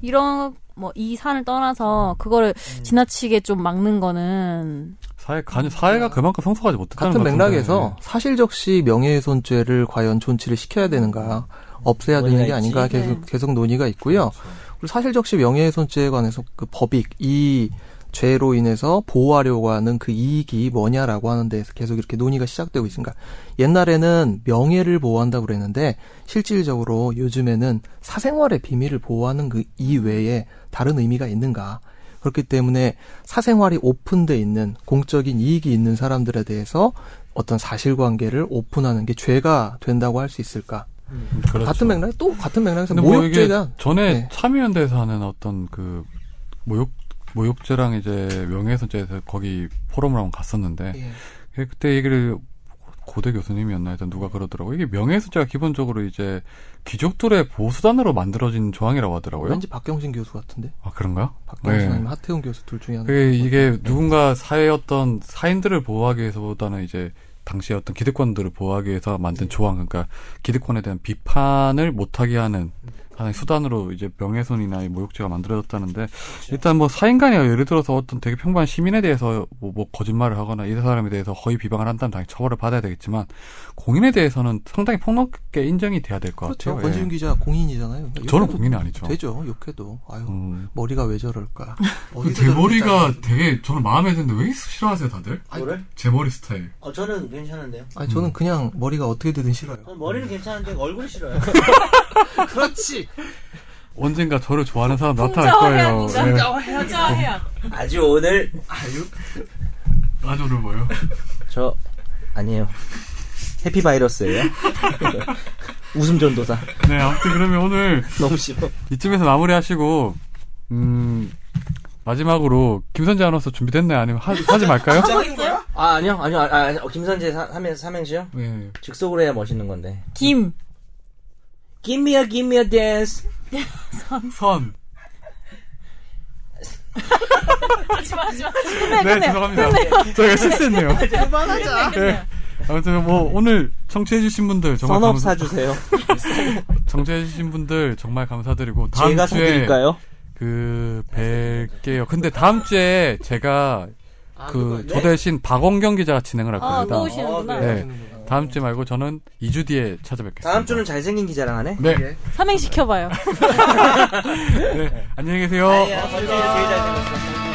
이런 뭐 이 산을 떠나서 그거를 지나치게 좀 막는 거는 사회 가 사회가 그만큼 성숙하지 못했다는 같은 것 맥락에서 사실적시 명예훼손죄를 과연 존치를 시켜야 되는가 없애야 되는 게 논의가 아닌가 있지. 계속 네. 계속 논의가 있고요. 그리고 사실적시 명예훼손죄에 관해서 그 법익 이 죄로 인해서 보호하려고 하는 그 이익이 뭐냐라고 하는 데에서 계속 이렇게 논의가 시작되고 있습니다. 옛날에는 명예를 보호한다고 그랬는데 실질적으로 요즘에는 사생활의 비밀을 보호하는 그 이외에 다른 의미가 있는가. 그렇기 때문에 사생활이 오픈돼 있는 공적인 이익이 있는 사람들에 대해서 어떤 사실관계를 오픈하는 게 죄가 된다고 할 수 있을까? 음, 그렇죠. 같은 맥락 또 같은 맥락에서 근데 뭐 이게 모욕죄가 전에 네. 참여연대에서 하는 어떤 그 모욕 모욕죄랑 이제 명예훼손죄에서 거기 포럼을 한번 갔었는데 예. 그때 얘기를 고대 교수님이었나 일단 누가 그러더라고 요 이게 명예훼손죄가 기본적으로 이제 귀족들의 보수단으로 만들어진 조항이라고 하더라고요. 왠지 박경신 교수 같은데 아 그런가요? 박경신 네. 아니면 하태훈 교수 둘 중에 하나 그게 이게 누군가 사회 어떤 사인들을 보호하기 위해서보다는 이제 당시의 어떤 기득권들을 보호하기 위해서 네. 만든 조항, 그러니까 기득권에 대한 비판을 못하게 하는 음. 하나의 수단으로 이제 명예훼손이나 이 모욕죄가 만들어졌다는데 그렇죠. 일단 뭐 사인간이에요. 예를 들어서 어떤 되게 평범한 시민에 대해서 뭐, 뭐 거짓말을 하거나 이 사람에 대해서 허위 비방을 한다면 당연히 처벌을 받아야 되겠지만 공인에 대해서는 상당히 폭넓게 인정이 돼야 될 것 그렇죠. 같아요. 권지윤 예. 기자 공인이잖아요. 저는 욕해도 공인이 아니죠. 되죠. 욕해도. 아유 음. 머리가 왜 저럴까. 그 어디서 제 머리가 저런지 되게 저는 마음에 드는데 왜 싫어하세요 다들? 뭐를? 제 머리 스타일. 어, 저는 괜찮은데요. 아니 아니, 음. 저는 그냥 머리가 어떻게 되든 싫어요. 저는 머리는 괜찮은데 얼굴이 싫어요. 그렇지. 언젠가 저를 좋아하는 사람 나타날 풍자해야 거예요. 네. 합니다. 풍자해야. 아주 오늘 아주를 뭐요? 저 아니에요. 해피 바이러스예요. 웃음 전도사. 네, 아무튼 그러면 오늘 너무 싫어. 이쯤에서 마무리하시고 음 마지막으로 김선재 아나운서 준비됐나요? 아니면 하, 하지 말까요? 아 아니요 아니요 아, 아니요. 어, 김선재 사- 하면 삼행시요? 네. 즉석으로 해야 멋있는 건데. 김. Give me a give me a dance. 선. 끝내, 네, 끝내. 죄송합니다. 저희가 실수했네요. 네. 아무튼 뭐 오늘 청취해주신 분들 정말 선업 감사. 사주세요. 청취해주신 분들 정말 감사드리고 다음 제가 주에 사드릴까요? 그 뵐게요. 근데 다음 주에 제가 아, 그 저 대신 박원경 기자가 진행을 할 아, 겁니다. 또 오시는구나. 어, 네. 다음 주에 말고 저는 2주 뒤에 찾아뵙겠습니다. 다음 주는 잘생긴 기자랑 하네. 네. 삼행시켜봐요. 네. 안녕히 계세요. 예. 아, 선재가 제일 잘생겼어.